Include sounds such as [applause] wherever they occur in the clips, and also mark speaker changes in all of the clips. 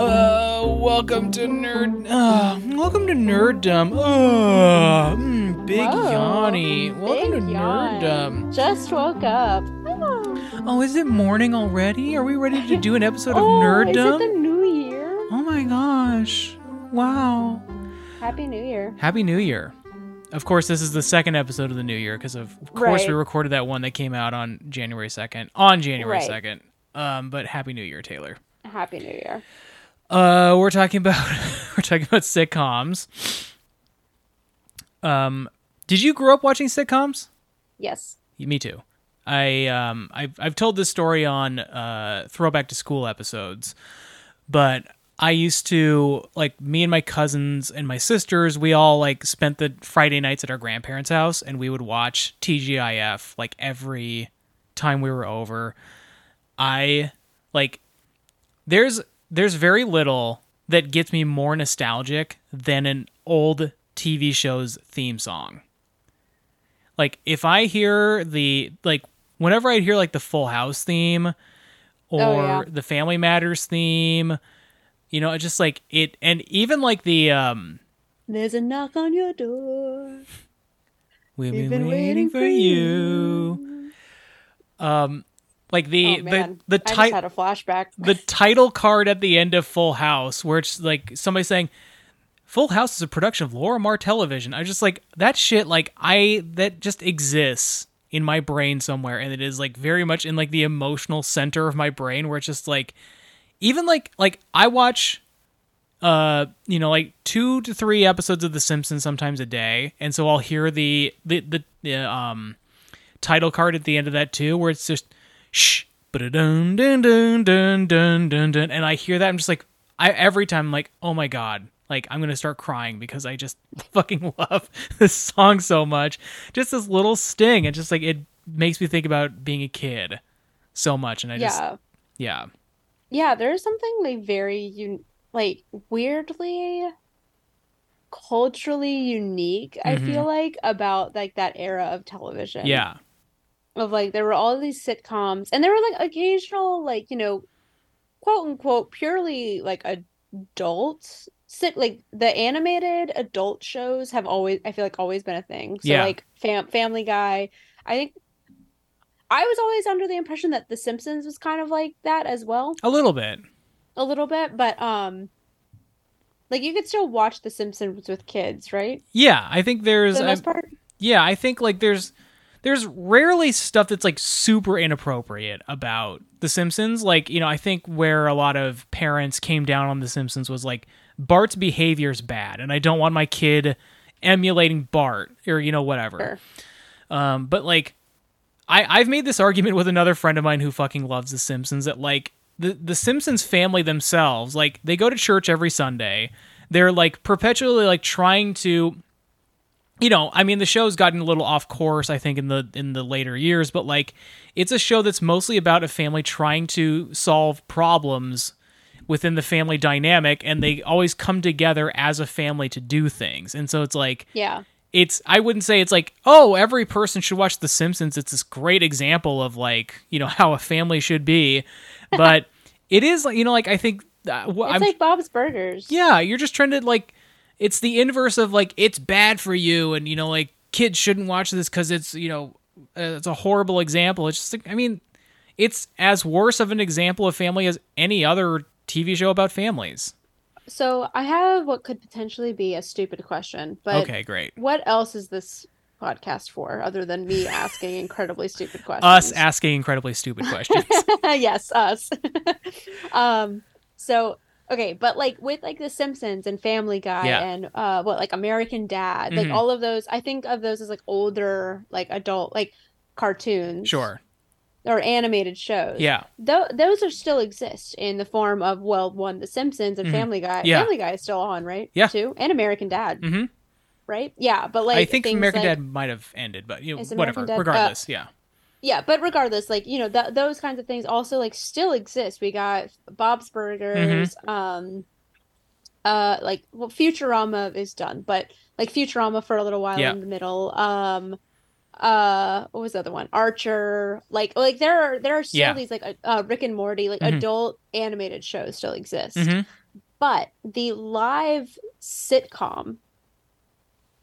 Speaker 1: Uh, welcome to nerd. Uh, welcome to nerddom. Uh, mm, big
Speaker 2: Whoa,
Speaker 1: yawny. Welcome
Speaker 2: big
Speaker 1: to
Speaker 2: yawn.
Speaker 1: nerddom.
Speaker 2: Just woke up. Oh,
Speaker 1: Oh, is it morning already? Are we ready to do an episode of
Speaker 2: oh is it
Speaker 1: nerddom?
Speaker 2: the new year?
Speaker 1: oh my gosh! Wow.
Speaker 2: Happy New Year.
Speaker 1: Happy New Year. Of course, this is the second episode of the new year because, of course, we
Speaker 2: Right.
Speaker 1: recorded that one that came out on January 2nd. On January
Speaker 2: Right.
Speaker 1: 2nd. Um, but Happy New Year, Taylor.
Speaker 2: Happy New Year.
Speaker 1: Uh, we're talking about [laughs] we're talking about sitcoms. Um, did you grow up watching sitcoms?
Speaker 2: Yes.
Speaker 1: Me too. I um I've I've told this story on uh throwback to school episodes, but I used to like me and my cousins and my sisters. We all like spent the Friday nights at our grandparents' house, and we would watch TGIF like every time we were over. I like there's there's very little that gets me more nostalgic than an old TV show's theme song. Like if I hear the like whenever I hear like the Full House theme or
Speaker 2: Oh, yeah.
Speaker 1: the Family Matters theme, you know, it just like it and even like the um
Speaker 2: There's a knock on your door.
Speaker 1: We've
Speaker 2: We've
Speaker 1: been,
Speaker 2: been
Speaker 1: waiting,
Speaker 2: waiting
Speaker 1: for
Speaker 2: for
Speaker 1: you. Um like the
Speaker 2: oh man,
Speaker 1: the the
Speaker 2: I
Speaker 1: type
Speaker 2: just had a flashback.
Speaker 1: the title card at the end of Full House, where it's like somebody saying, "Full House is a production of Lorimar Television." I just like that shit. Like I that just exists in my brain somewhere, and it is like very much in like the emotional center of my brain, where it's just like even like like I watch uh you know like two to three episodes of the simpsons sometimes a day and so i'll hear the the the, the um title card at the end of that too, where it's just shh, but dun dun dun dun dun dun dun, and I hear that I'm just like I every time I'm like oh my god, like I'm gonna start crying because I just [laughs] fucking love this song so much. Just this little sting, and just like it makes me think about being a kid so much, and I just
Speaker 2: yeah.
Speaker 1: yeah
Speaker 2: Yeah, there's something like very un- like weirdly culturally unique, I feel like, about like that era of television.
Speaker 1: Mm-hmm. yeah
Speaker 2: of like there were all these sitcoms and there were like occasional like you know quote unquote purely like adult sit like the animated adult shows have always I feel like always been a thing so
Speaker 1: Yeah.
Speaker 2: like fam Family Guy I think I was always under the impression that The Simpsons was kind of like that as well
Speaker 1: a little bit
Speaker 2: a little bit but um like you could still watch The Simpsons with kids right
Speaker 1: yeah. I think
Speaker 2: for
Speaker 1: there's
Speaker 2: the
Speaker 1: I-
Speaker 2: most part
Speaker 1: yeah i think like there's there's rarely stuff that's like super inappropriate about the simpsons like you know i think where a lot of parents came down on the simpsons was like bart's behavior's bad and i don't want my kid emulating bart or you know whatever
Speaker 2: Sure.
Speaker 1: um but like I, I've made this argument with another friend of mine who fucking loves The Simpsons that like the the Simpsons family themselves, like they go to church every Sunday. They're like perpetually like trying to you know, I mean the show's gotten a little off course, I think, in the in the later years, but like it's a show that's mostly about a family trying to solve problems within the family dynamic and they always come together as a family to do things. And so it's like
Speaker 2: yeah
Speaker 1: it's I wouldn't say it's like oh every person should watch The Simpsons. It's this great example of like you know [laughs] how a family should be,
Speaker 2: [laughs]
Speaker 1: but it is like you know like I think uh, wh-
Speaker 2: it's
Speaker 1: I'm,
Speaker 2: like Bob's Burgers
Speaker 1: yeah you're just trying to like it's the inverse of like it's bad for you and you know like kids shouldn't watch this because it's you know uh, it's a horrible example. It's just like I mean it's as worse of an example of family as any other TV show about families.
Speaker 2: So I have what could potentially be a stupid question, but
Speaker 1: okay, great.
Speaker 2: what else is this podcast for other
Speaker 1: [laughs]
Speaker 2: than me asking incredibly stupid questions? [laughs]
Speaker 1: Us asking incredibly stupid questions.
Speaker 2: yes, us. [laughs] um, so okay, but like with like The Simpsons and Family Guy
Speaker 1: Yeah.
Speaker 2: and uh, what like American Dad, like
Speaker 1: Mhm.
Speaker 2: all of those, I think of those as like older, like adult, like cartoons,
Speaker 1: sure.
Speaker 2: or animated shows.
Speaker 1: Yeah.
Speaker 2: Though those are still exist in the form of well, one The Simpsons and
Speaker 1: Mhm.
Speaker 2: Family Guy.
Speaker 1: Yeah.
Speaker 2: Family Guy is still on, right?
Speaker 1: Yeah.
Speaker 2: too, and American Dad,
Speaker 1: Mhm.
Speaker 2: right? Yeah, but like
Speaker 1: I think
Speaker 2: things
Speaker 1: American
Speaker 2: like-
Speaker 1: Dad might have ended, but you know,
Speaker 2: Is
Speaker 1: whatever.
Speaker 2: American Dad- uh,
Speaker 1: regardless, yeah,
Speaker 2: Yeah, but regardless, like you know, th- those kinds of things also like still exist. We got Bob's Burgers,
Speaker 1: Mm-hmm.
Speaker 2: um, uh, like well, Futurama is done, but like Futurama for a little while
Speaker 1: Yeah.
Speaker 2: in the middle. Um, uh, what was the other one? Archer. Like, like there are there are still
Speaker 1: Yeah.
Speaker 2: these like uh, Rick and uh, Morty, like
Speaker 1: Mhm.
Speaker 2: adult animated shows still exist.
Speaker 1: Mhm.
Speaker 2: But the live sitcom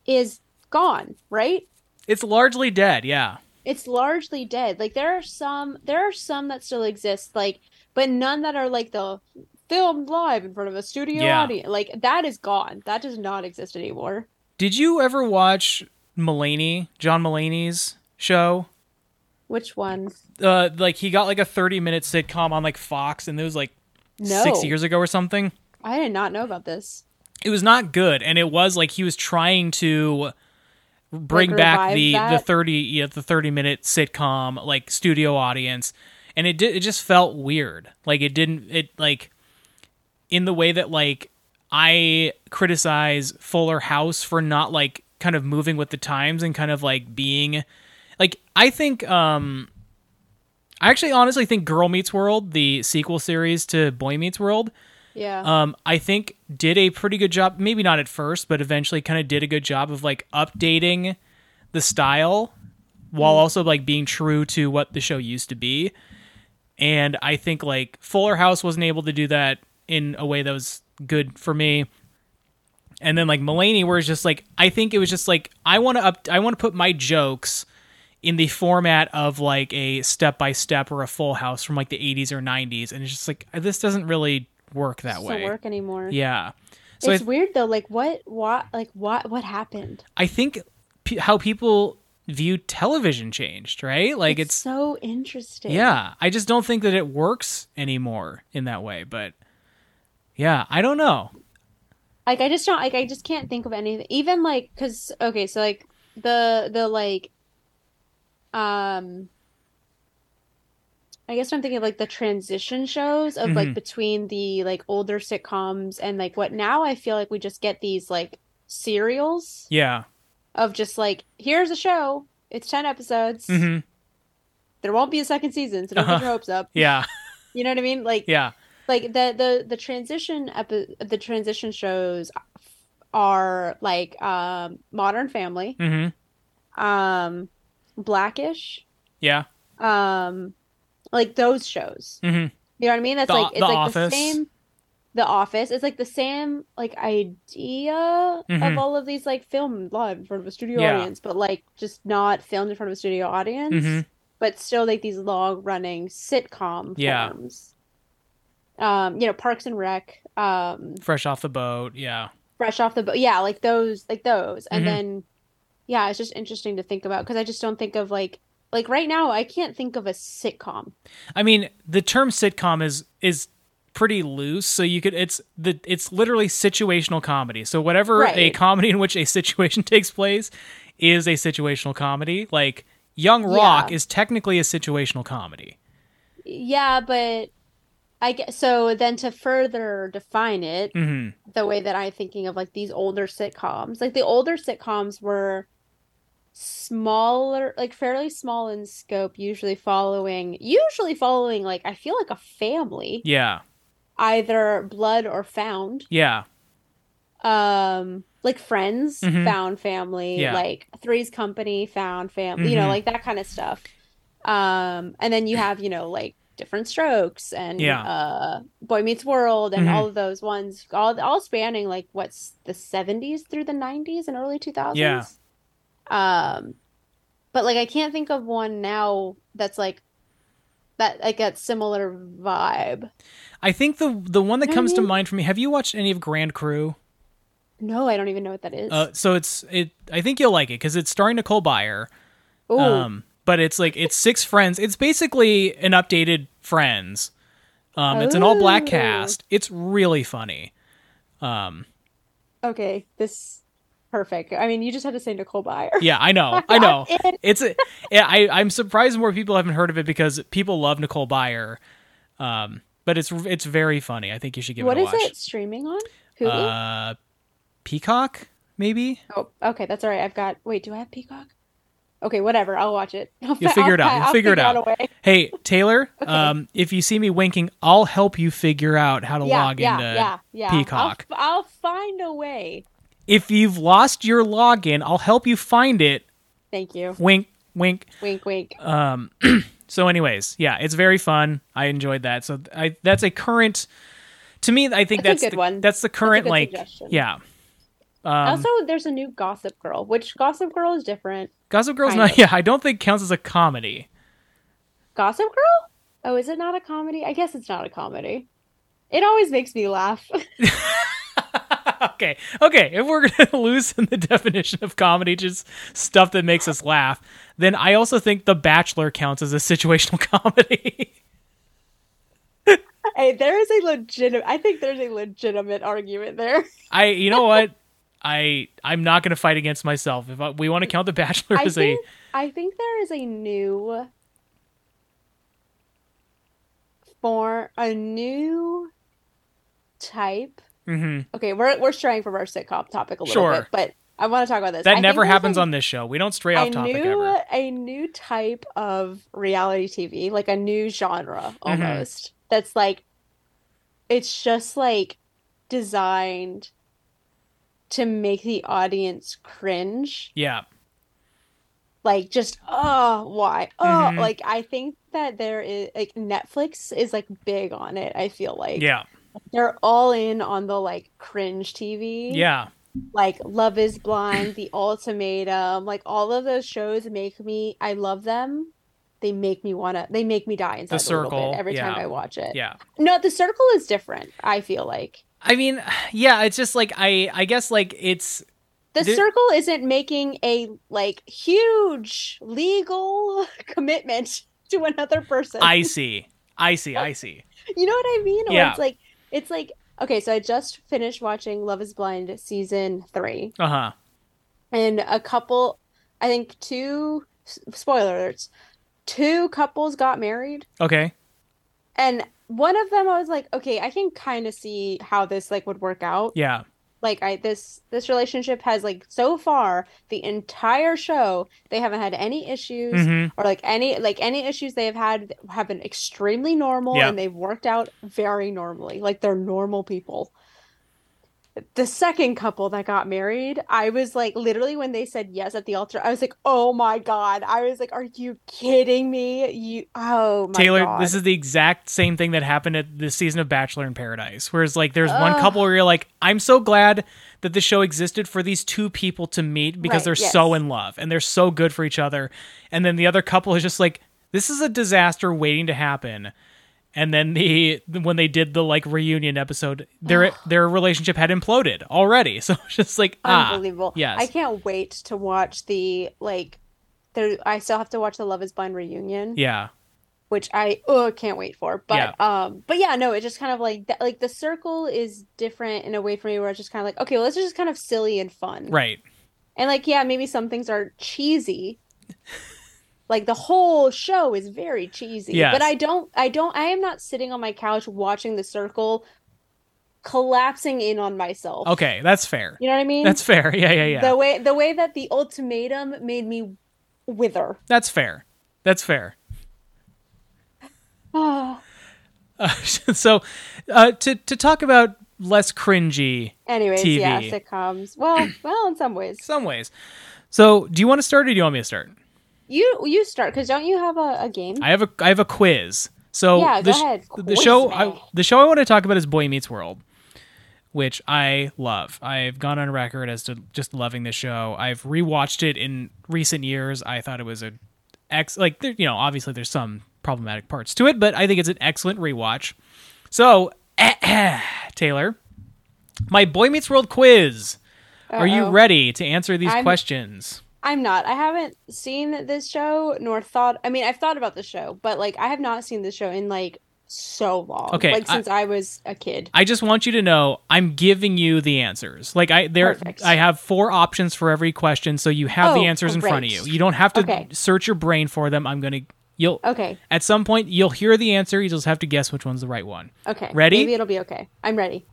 Speaker 2: is gone, right?
Speaker 1: It's largely dead, yeah.
Speaker 2: It's largely dead. Like there are some there are some that still exist, like but none that are like the filmed live in front of a studio
Speaker 1: Yeah.
Speaker 2: audience. Like that is gone. That does not exist anymore.
Speaker 1: Did you ever watch Mulaney, John Mulaney's show?
Speaker 2: Which one?
Speaker 1: Uh, like he got like a 30 minute sitcom on like Fox and it was like
Speaker 2: No.
Speaker 1: six years ago or something.
Speaker 2: I did not know about this.
Speaker 1: It was not good. And it was like he was trying to bring
Speaker 2: Like,
Speaker 1: back
Speaker 2: revive
Speaker 1: the, the
Speaker 2: that?
Speaker 1: 30 yeah, the 30 minute sitcom like studio audience. And it did, it just felt weird. Like it didn't, it like in the way that like I criticize Fuller House for not like kind of moving with the times and kind of like being like I think um I actually honestly think Girl Meets World, the sequel series to Boy Meets World,
Speaker 2: Yeah.
Speaker 1: um I think did a pretty good job, maybe not at first, but eventually kind of did a good job of like updating the style while also like being true to what the show used to be. And I think like Fuller House wasn't able to do that in a way that was good for me. And then like Mulaney, where it's just like I think it was just like I want to up I want to put my jokes in the format of like a step by step or a Full House from like the 80s or 90s, and it's just like this doesn't really work that
Speaker 2: doesn't
Speaker 1: way.
Speaker 2: work [laughs] anymore.
Speaker 1: Yeah. So I
Speaker 2: it's weird though. Like what? What? Like what? What happened?
Speaker 1: I think p- how people view television changed, right? Like it's,
Speaker 2: so interesting.
Speaker 1: yeah, I just don't think that it works anymore in that way, but yeah, I don't know.
Speaker 2: Like I just don't. Like I just can't think of anything. Even like because okay, so like the the like, um. I guess I'm thinking of like the transition shows of like
Speaker 1: Mhm.
Speaker 2: between the like older sitcoms and like what now I feel like we just get these like serials
Speaker 1: Yeah.
Speaker 2: of just like here's a show. It's ten episodes.
Speaker 1: Mhm.
Speaker 2: There won't be a second season, so don't
Speaker 1: Uh-huh.
Speaker 2: get your hopes up.
Speaker 1: Yeah.
Speaker 2: You know what I mean? Like
Speaker 1: Yeah.
Speaker 2: like the the the transition epi- the transition shows are like um Modern Family,
Speaker 1: Mhm.
Speaker 2: um Blackish,
Speaker 1: Yeah.
Speaker 2: um like those shows.
Speaker 1: Mhm.
Speaker 2: You know what I mean? That's
Speaker 1: The-
Speaker 2: like it's
Speaker 1: The
Speaker 2: like
Speaker 1: Office.
Speaker 2: the same The Office. It's like the same like idea
Speaker 1: Mhm.
Speaker 2: of all of these like filmed live in front of a studio
Speaker 1: Yeah.
Speaker 2: audience, but like just not filmed in front of a studio audience,
Speaker 1: Mhm.
Speaker 2: but still like these long running sitcom
Speaker 1: Yeah.
Speaker 2: forms. Um, you know, Parks and Rec, um,
Speaker 1: Fresh off the boat. Yeah.
Speaker 2: fresh off the boat. Yeah, like those, like those.
Speaker 1: Mhm.
Speaker 2: And then, yeah, it's just interesting to think about because I just don't think of like, like right now, I can't think of a sitcom.
Speaker 1: I mean, the term sitcom is is pretty loose, so you could it's the it's literally situational comedy. So whatever a
Speaker 2: Right.
Speaker 1: comedy in which a situation [laughs] takes place is a situational comedy. Like Young Rock
Speaker 2: Yeah.
Speaker 1: is technically a situational comedy.
Speaker 2: Yeah, but I guess so. Then to further define it,
Speaker 1: hmm
Speaker 2: the way that I'm thinking of like these older sitcoms, like the older sitcoms were smaller, like fairly small in scope, usually following, usually following like I feel like a family,
Speaker 1: Yeah.
Speaker 2: either blood or found.
Speaker 1: Yeah.
Speaker 2: um like friends
Speaker 1: Mhm.
Speaker 2: found family
Speaker 1: Yeah.
Speaker 2: like three's company found family you know
Speaker 1: Mhm.
Speaker 2: like that kind of stuff um and then you have you know like different strokes and
Speaker 1: Yeah.
Speaker 2: uh boy meets world and
Speaker 1: Mhm.
Speaker 2: all of those ones all all spanning like what's the 70s through the 90s and early 2000s
Speaker 1: Yeah.
Speaker 2: um but like i can't think of one now that's like that like a similar vibe
Speaker 1: I think the the one that
Speaker 2: I
Speaker 1: comes to
Speaker 2: mean-
Speaker 1: mind for me. Have you watched any of Grand Crew?
Speaker 2: no i don't even know what that is
Speaker 1: Uh, so it's it. I think you'll like it because it's starring Nicole Byer.
Speaker 2: oh
Speaker 1: Um, but it's like it's six friends. It's basically an updated Friends. Um, it's an all black
Speaker 2: Ooh.
Speaker 1: cast. It's really funny.
Speaker 2: Okay, this perfect. I mean, you just had to say Nicole Byer.
Speaker 1: Yeah, I
Speaker 2: [laughs]
Speaker 1: know. I know.
Speaker 2: I'm in.
Speaker 1: It's a, yeah, I I'm surprised more people haven't heard of it because people love Nicole Byer. Um, but it's it's very funny. I think you should give
Speaker 2: What
Speaker 1: it a
Speaker 2: is
Speaker 1: watch.
Speaker 2: it streaming on? Hulu?
Speaker 1: Uh, Peacock maybe.
Speaker 2: oh, okay, that's all right. I've got. Wait, do I have Peacock? Okay, whatever. I'll watch it. [laughs] I'll fi-
Speaker 1: You'll figure it
Speaker 2: I'll
Speaker 1: out.
Speaker 2: fi-
Speaker 1: You'll
Speaker 2: I'll
Speaker 1: figure it out.
Speaker 2: a way.
Speaker 1: Hey Taylor, um, if you see me winking, I'll help you figure out how to
Speaker 2: Yeah,
Speaker 1: log
Speaker 2: yeah,
Speaker 1: into
Speaker 2: yeah, yeah.
Speaker 1: Peacock.
Speaker 2: I'll, f- I'll find a way.
Speaker 1: If you've lost your login, I'll help you find it.
Speaker 2: Thank you.
Speaker 1: Wink, wink.
Speaker 2: Wink, wink.
Speaker 1: Um, [clears throat] So, anyways, yeah, it's very fun. I enjoyed that. So, I that's a current to me, I think
Speaker 2: That's
Speaker 1: that's
Speaker 2: a good
Speaker 1: the,
Speaker 2: one.
Speaker 1: that's the current
Speaker 2: good
Speaker 1: like
Speaker 2: suggestion.
Speaker 1: yeah. Um,
Speaker 2: also, there's a new Gossip Girl, which Gossip Girl is different.
Speaker 1: Gossip Girl's
Speaker 2: kind
Speaker 1: not [laughs]
Speaker 2: of.
Speaker 1: yeah. I don't think counts as a comedy. [laughs]
Speaker 2: Gossip Girl? Oh, is it not a comedy? I guess it's not a comedy. It always makes me laugh. [laughs]
Speaker 1: okay, okay. If we're gonna [laughs] loosen the definition of comedy, just stuff that makes us laugh, then I also think The Bachelor counts as a [laughs] situational comedy. [laughs]
Speaker 2: hey, there is a legitimate. I think there's a legitimate argument there.
Speaker 1: I, you know what? I I'm not gonna fight against myself. If I, we want to count The Bachelor
Speaker 2: I
Speaker 1: as a
Speaker 2: think, I think there is a new form, a new type.
Speaker 1: Mhm.
Speaker 2: Okay, we're we're straying from our sitcom topic a little
Speaker 1: Sure.
Speaker 2: bit, but I want to talk about this. I
Speaker 1: that
Speaker 2: think
Speaker 1: never
Speaker 2: there's
Speaker 1: happens
Speaker 2: a-
Speaker 1: on this show. We don't stray
Speaker 2: a
Speaker 1: off topic
Speaker 2: new
Speaker 1: ever.
Speaker 2: a new type of reality TV, like a new genre
Speaker 1: Mm-hmm.
Speaker 2: almost. That's like it's just like designed to make the audience cringe.
Speaker 1: Yeah,
Speaker 2: Like just oh why? Oh
Speaker 1: Mhm.
Speaker 2: like I think that there is like Netflix is like big on it, I feel like.
Speaker 1: yeah,
Speaker 2: They're all in on the like cringe TV
Speaker 1: yeah.
Speaker 2: like Love is Blind, The Ultimatum, like all of those shows make me I love them. They make me wanna they make me die inside
Speaker 1: The
Speaker 2: a little bit
Speaker 1: Circle,
Speaker 2: every time
Speaker 1: yeah.
Speaker 2: I watch it.
Speaker 1: Yeah.
Speaker 2: No, the circle is different, I feel like.
Speaker 1: I mean, yeah, it's just like I I guess like it's
Speaker 2: The
Speaker 1: There-
Speaker 2: circle isn't making a like huge legal [laughs] commitment to another person.
Speaker 1: I see. I see. I see.
Speaker 2: You know what I mean? Or
Speaker 1: Yeah.
Speaker 2: It's like it's like okay, so I just finished watching Love is Blind season three.
Speaker 1: Uh-huh.
Speaker 2: and a couple i think two s- spoiler alerts two couples got married
Speaker 1: Okay.
Speaker 2: and one of them i was like okay i can kind of see how this like would work out
Speaker 1: Yeah.
Speaker 2: like i this this relationship has like so far the entire show they haven't had any issues
Speaker 1: Mhm.
Speaker 2: or like any like any issues they have had have been extremely normal
Speaker 1: Yeah.
Speaker 2: and they've worked out very normally like they're normal people the second couple that got married i was like literally when they said yes at the altar i was like oh my god i was like are you kidding me you oh my
Speaker 1: Taylor,
Speaker 2: god.
Speaker 1: this is the exact same thing that happened at this season of Bachelor in Paradise. Whereas like there's one
Speaker 2: Ugh.
Speaker 1: couple where you're like, I'm so glad that the show existed for these two people to meet because
Speaker 2: Right,
Speaker 1: they're
Speaker 2: yes.
Speaker 1: so in love and they're so good for each other. And then the other couple is just like, this is a disaster waiting to happen. And then the when they did the like reunion episode,
Speaker 2: [sighs]
Speaker 1: their their relationship had imploded already. [laughs] So it's just like ah,
Speaker 2: unbelievable
Speaker 1: yes.
Speaker 2: i can't wait to watch the like there i still have to watch the love is blind reunion
Speaker 1: yeah,
Speaker 2: which I oh can't wait for. But um, but yeah, no, it just kind of like that, like the circle is different in a way for me where it's just kind of like okay, well, this is just kind of silly and fun,
Speaker 1: right,
Speaker 2: and like yeah, maybe some things are
Speaker 1: [laughs]
Speaker 2: cheesy. like the whole show is very cheesy,
Speaker 1: Yes.
Speaker 2: but I don't, I don't, I am not sitting on my couch watching the circle, collapsing in on myself.
Speaker 1: okay, that's fair.
Speaker 2: You know what I mean?
Speaker 1: That's fair. [laughs] Yeah, yeah, yeah.
Speaker 2: the way the way that the ultimatum made me wither.
Speaker 1: That's fair. That's fair.
Speaker 2: Ah.
Speaker 1: Uh, [laughs] so, uh, to to talk about less cringy
Speaker 2: Anyways, yeah,
Speaker 1: TV.
Speaker 2: sitcoms. Well, well, in some ways.
Speaker 1: some ways. So, do you want to start or do you want me to start?
Speaker 2: You you start because don't you have a, a game?
Speaker 1: I have a I have a quiz. So
Speaker 2: Yeah,
Speaker 1: the,
Speaker 2: go
Speaker 1: sh-
Speaker 2: ahead.
Speaker 1: the
Speaker 2: Quiz
Speaker 1: show
Speaker 2: me.
Speaker 1: I, the show I want to talk about is Boy Meets World, which I love. I've gone on record as to just loving the show. I've rewatched it in recent years. I thought it was a ex like there, you know obviously there's some problematic parts to it, but I think it's an excellent rewatch. So [clears throat] Taylor, my Boy Meets World quiz. Are you
Speaker 2: Uh-oh.
Speaker 1: ready to answer these
Speaker 2: I'm-
Speaker 1: questions?
Speaker 2: I'm not. I haven't seen this show nor thought. I mean, I've thought about the show, but like I have not seen this show in like so long.
Speaker 1: Okay,
Speaker 2: like
Speaker 1: I-
Speaker 2: since I was a kid.
Speaker 1: I just want you to know I'm giving you the answers. Like I there
Speaker 2: Perfect.
Speaker 1: I have four options for every question, so you have the
Speaker 2: Oh,
Speaker 1: answers in front of
Speaker 2: great.
Speaker 1: you. You don't have to
Speaker 2: Okay.
Speaker 1: search your brain for them. I'm gonna you'll
Speaker 2: Okay,
Speaker 1: at some point you'll hear the answer, you just have to guess which one's the right one.
Speaker 2: okay.
Speaker 1: Ready?
Speaker 2: Maybe it'll be okay. I'm ready.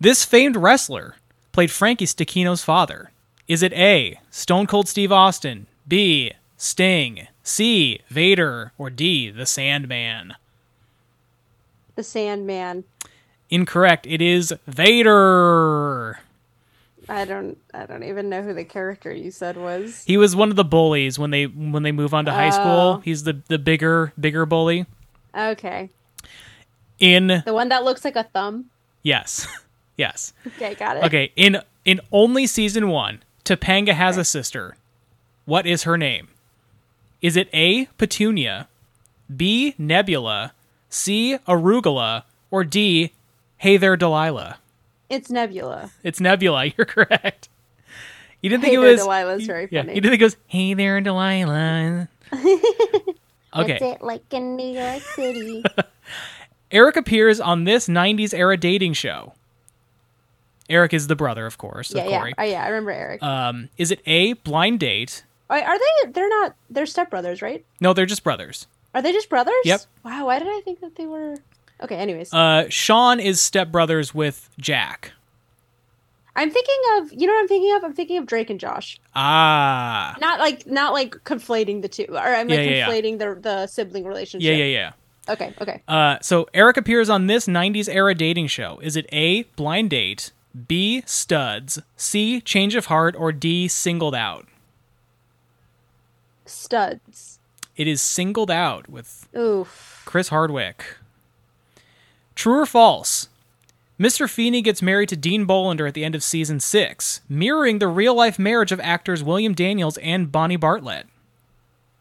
Speaker 1: This famed wrestler played Frankie Stakino's father. Is it A, Stone Cold Steve Austin, B, Sting, C, Vader, or D, the Sandman?
Speaker 2: The Sandman.
Speaker 1: Incorrect. It is Vader.
Speaker 2: I don't. I don't even know who the character you said was.
Speaker 1: He was one of the bullies when they when they move on to high school.
Speaker 2: Oh.
Speaker 1: He's the the bigger bigger bully
Speaker 2: Okay,
Speaker 1: in
Speaker 2: the one that looks like a thumb.
Speaker 1: Yes. [laughs] yes.
Speaker 2: Okay, got it.
Speaker 1: Okay, in in only season 1, Topanga has a sister. What is her name? Is it A, Petunia, B, Nebula, C, Arugula, or D, Hey There Delilah?
Speaker 2: It's Nebula.
Speaker 1: It's Nebula. [laughs] You're correct. You didn't think
Speaker 2: Hey
Speaker 1: it
Speaker 2: There,
Speaker 1: was
Speaker 2: Delilah's
Speaker 1: you-
Speaker 2: very
Speaker 1: yeah,
Speaker 2: funny.
Speaker 1: You didn't think it was Hey There
Speaker 2: [laughs]
Speaker 1: Delilah. okay.
Speaker 2: it like in New York City.
Speaker 1: Eric appears on this 90s era dating show. Eric is the brother, of course,
Speaker 2: yeah,
Speaker 1: of
Speaker 2: yeah.
Speaker 1: Corey.
Speaker 2: Oh, yeah, I remember Eric.
Speaker 1: Um, is it A, blind date?
Speaker 2: Are- are they? They're not. They're stepbrothers, right?
Speaker 1: No, they're just brothers.
Speaker 2: Are they just brothers?
Speaker 1: Yep.
Speaker 2: Wow. Why did I think that they were? Okay. Anyways,
Speaker 1: Uh, Sean is stepbrothers with Jack.
Speaker 2: I'm thinking of. You know what I'm thinking of? I'm thinking of Drake and Josh.
Speaker 1: Ah.
Speaker 2: Not like not like conflating the two, or I'm like
Speaker 1: Yeah, yeah, yeah.
Speaker 2: conflating the the sibling relationship.
Speaker 1: Yeah, yeah, yeah.
Speaker 2: Okay. Okay.
Speaker 1: Uh, so Eric appears on this 90s era dating show. Is it A, blind date, B, studs, C, change of heart, or D, singled out?
Speaker 2: Studs.
Speaker 1: It is singled out with
Speaker 2: Oof.
Speaker 1: Chris Hardwick. True or false? Mr. Feeney gets married to Dean Bolander at the end of season six, mirroring the real life marriage of actors William Daniels and Bonnie Bartlett.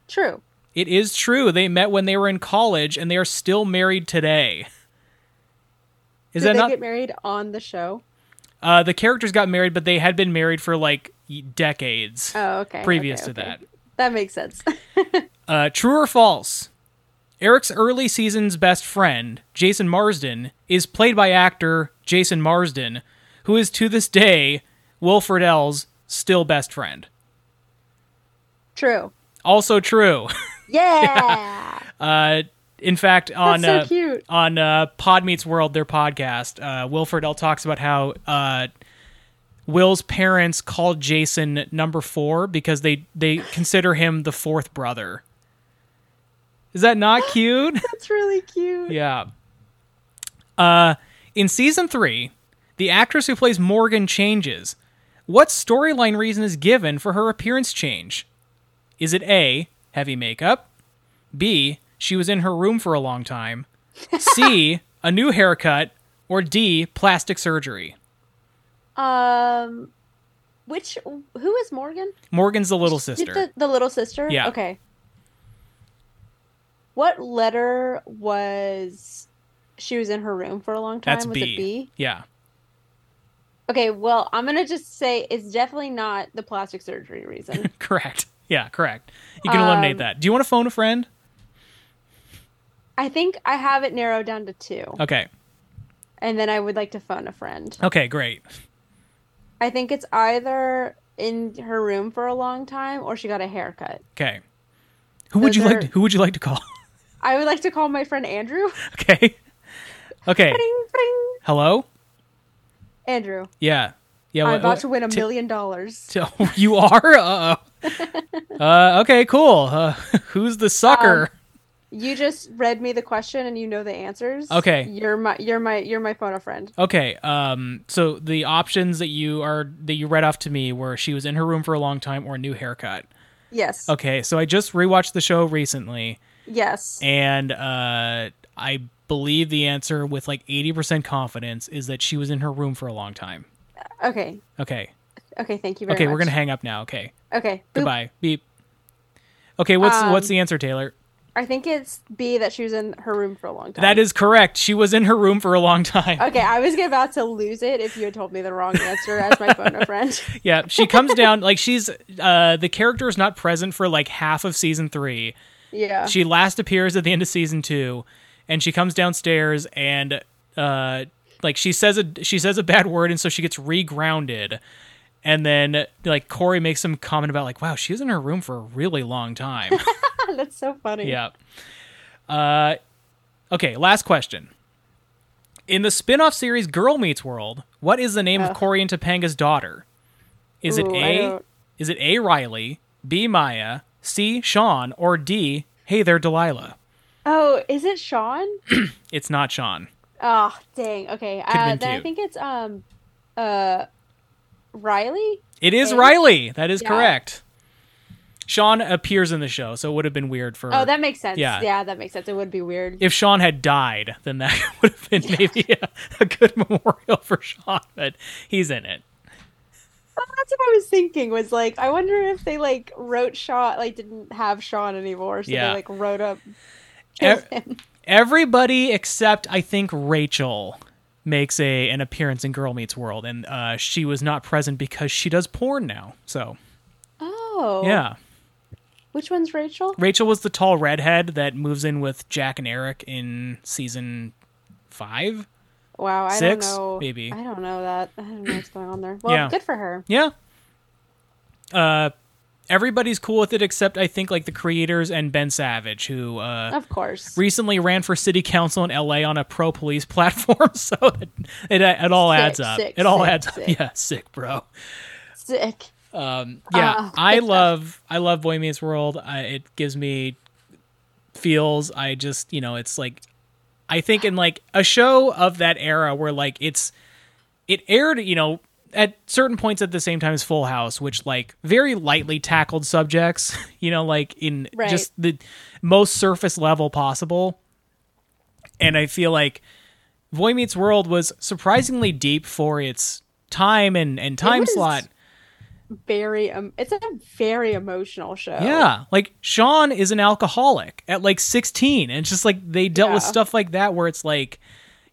Speaker 2: True.
Speaker 1: It is true. They met when they were in college and they are still married today. Is
Speaker 2: Did
Speaker 1: that
Speaker 2: they
Speaker 1: not
Speaker 2: get married on the show?
Speaker 1: Uh, the characters got married, but they had been married for like y- decades
Speaker 2: Oh, okay.
Speaker 1: previous
Speaker 2: okay,
Speaker 1: to
Speaker 2: okay.
Speaker 1: that.
Speaker 2: That makes sense. [laughs]
Speaker 1: Uh, true or false? Eric's early season's best friend, Jason Marsden, is played by actor Jason Marsden, who is to this day Wilfred L's still best friend.
Speaker 2: True.
Speaker 1: Also true. [laughs]
Speaker 2: Yeah.
Speaker 1: Uh, in fact, on
Speaker 2: That's so
Speaker 1: uh,
Speaker 2: cute.
Speaker 1: on uh, Pod Meets World, their podcast, uh, Wilfred L talks about how uh, Will's parents called Jason number four because they they consider him the fourth brother. Is that not cute? [laughs]
Speaker 2: That's really cute.
Speaker 1: yeah. Uh, in season three, the actress who plays Morgan changes. What storyline reason is given for her appearance change? Is it A, heavy makeup? B, she was in her room for a long time?
Speaker 2: [laughs]
Speaker 1: C, a new haircut? Or D, plastic surgery?
Speaker 2: Um, which who is Morgan?
Speaker 1: Morgan's the little
Speaker 2: Is it
Speaker 1: sister.
Speaker 2: The, the little sister.
Speaker 1: Yeah.
Speaker 2: Okay. What letter was she was in her room for a long time?
Speaker 1: That's
Speaker 2: was
Speaker 1: B.
Speaker 2: it B?
Speaker 1: Yeah. [laughs]
Speaker 2: Okay. Well, I'm gonna just say it's definitely not the plastic
Speaker 1: [laughs]
Speaker 2: surgery reason.
Speaker 1: Correct. Yeah, correct. You can eliminate
Speaker 2: Um,
Speaker 1: that. Do you want to phone a friend?
Speaker 2: I think I have it narrowed down to two,
Speaker 1: Okay.
Speaker 2: and then I would like to phone a friend.
Speaker 1: Okay, great.
Speaker 2: I think it's either in her room for a long time or she got a haircut.
Speaker 1: Okay. Who would
Speaker 2: Those
Speaker 1: you like
Speaker 2: are-
Speaker 1: to, who would you like to call?
Speaker 2: I would like to call my
Speaker 1: [laughs]
Speaker 2: friend Andrew.
Speaker 1: Okay. Okay.
Speaker 2: Bring, bring.
Speaker 1: Hello?
Speaker 2: Andrew,
Speaker 1: Yeah. Yeah.
Speaker 2: I'm
Speaker 1: what-
Speaker 2: about
Speaker 1: what- [laughs]
Speaker 2: to win a million dollars.
Speaker 1: t- oh, you are? Uh
Speaker 2: [laughs]
Speaker 1: oh. uh, okay, cool. Uh, [laughs] who's the sucker?
Speaker 2: Um, You just read me the question and you know the answers.
Speaker 1: Okay.
Speaker 2: You're my you're my you're my phone a friend.
Speaker 1: okay. Um, so the options that you are that you read off to me were she was in her room for a long time or a new haircut.
Speaker 2: Yes.
Speaker 1: Okay, so I just rewatched the show recently
Speaker 2: Yes.
Speaker 1: and uh I believe the answer with like 80% confidence is that she was in her room for a long time.
Speaker 2: okay.
Speaker 1: Okay.
Speaker 2: Okay, thank you very
Speaker 1: okay,
Speaker 2: much.
Speaker 1: we're going to hang up now. Okay.
Speaker 2: Okay. Boop.
Speaker 1: Goodbye. Beep. Okay, what's what's
Speaker 2: Um,
Speaker 1: the answer, Taylor?
Speaker 2: I think it's B that she was in her room for a long time.
Speaker 1: That is correct. She was in her room for a long [laughs] time.
Speaker 2: Okay, I was about to lose it if you had told me the wrong answer as my
Speaker 1: [laughs]
Speaker 2: phone a friend.
Speaker 1: Yeah, she comes down like she's uh the character is not present for like half of season 3.
Speaker 2: Yeah.
Speaker 1: She last appears at the end of season 2 and she comes downstairs and uh like she says a she says a bad word and so she gets regrounded. And then like Corey makes some comment about like wow, she was in her room for a really long time.
Speaker 2: [laughs]
Speaker 1: [laughs]
Speaker 2: That's so funny.
Speaker 1: Yeah. Uh, okay, last question. In the spin off series Girl Meets World, what is the name of
Speaker 2: Ugh.
Speaker 1: Corey and Topanga's daughter? Is it
Speaker 2: Ooh, I
Speaker 1: A?
Speaker 2: don't-
Speaker 1: Is it A. Riley, B. Maya, C. Sean, or D. Hey there, Delilah?
Speaker 2: Oh, is it Sean?
Speaker 1: It's not Sean.
Speaker 2: Oh, dang. Okay.
Speaker 1: been
Speaker 2: Uh, then I
Speaker 1: cute.
Speaker 2: think it's um uh Riley?
Speaker 1: It is
Speaker 2: Okay.
Speaker 1: Riley. That is
Speaker 2: Yeah.
Speaker 1: correct. Sean appears in the show, so it would have been weird for.
Speaker 2: Oh, that makes sense.
Speaker 1: Yeah.
Speaker 2: Yeah. that makes sense. It would be weird.
Speaker 1: if Sean had died, then that [laughs] would have been maybe a, a good [laughs] memorial for Sean, but he's in it.
Speaker 2: Well, that's what I was thinking. Was like, I wonder if they like wrote Sean, like didn't have Sean anymore, so
Speaker 1: Yeah.
Speaker 2: they like wrote up.
Speaker 1: Ev-
Speaker 2: [laughs] him.
Speaker 1: Everybody except I think Rachel makes a an appearance in Girl Meets World, and uh, she was not present because she does porn now. So
Speaker 2: Oh,
Speaker 1: yeah,
Speaker 2: Which one's Rachel?
Speaker 1: Rachel was the tall redhead that moves in with Jack and Eric in season five.
Speaker 2: Wow, I
Speaker 1: Six,
Speaker 2: don't know.
Speaker 1: maybe.
Speaker 2: I don't know that. I don't know what's going on there. Well,
Speaker 1: Yeah.
Speaker 2: good for her.
Speaker 1: Yeah. Uh, everybody's cool with it except I think like the creators and Ben Savage, who uh,
Speaker 2: Of course.
Speaker 1: recently ran for city council in LA on a pro police [laughs] platform, so it it, it all
Speaker 2: Sick,
Speaker 1: adds up.
Speaker 2: sick,
Speaker 1: it all
Speaker 2: sick,
Speaker 1: adds up.
Speaker 2: sick.
Speaker 1: Yeah, sick, bro.
Speaker 2: Sick.
Speaker 1: Um, yeah,
Speaker 2: Ah.
Speaker 1: I love I love Boy Meets World. I, it gives me feels. I just you know it's like I think in like a show of that era where like it's it aired you know at certain points at the same time as Full House, which like very lightly tackled subjects. [laughs] You know, like in
Speaker 2: Right.
Speaker 1: just the most surface level possible. And I feel like Boy Meets World was surprisingly deep for its time and and time
Speaker 2: was-
Speaker 1: slot.
Speaker 2: Very. Um, it's a very emotional show.
Speaker 1: Yeah, like Sean is an alcoholic at like 16, and it's just like they dealt with
Speaker 2: Yeah.
Speaker 1: stuff like that where it's like,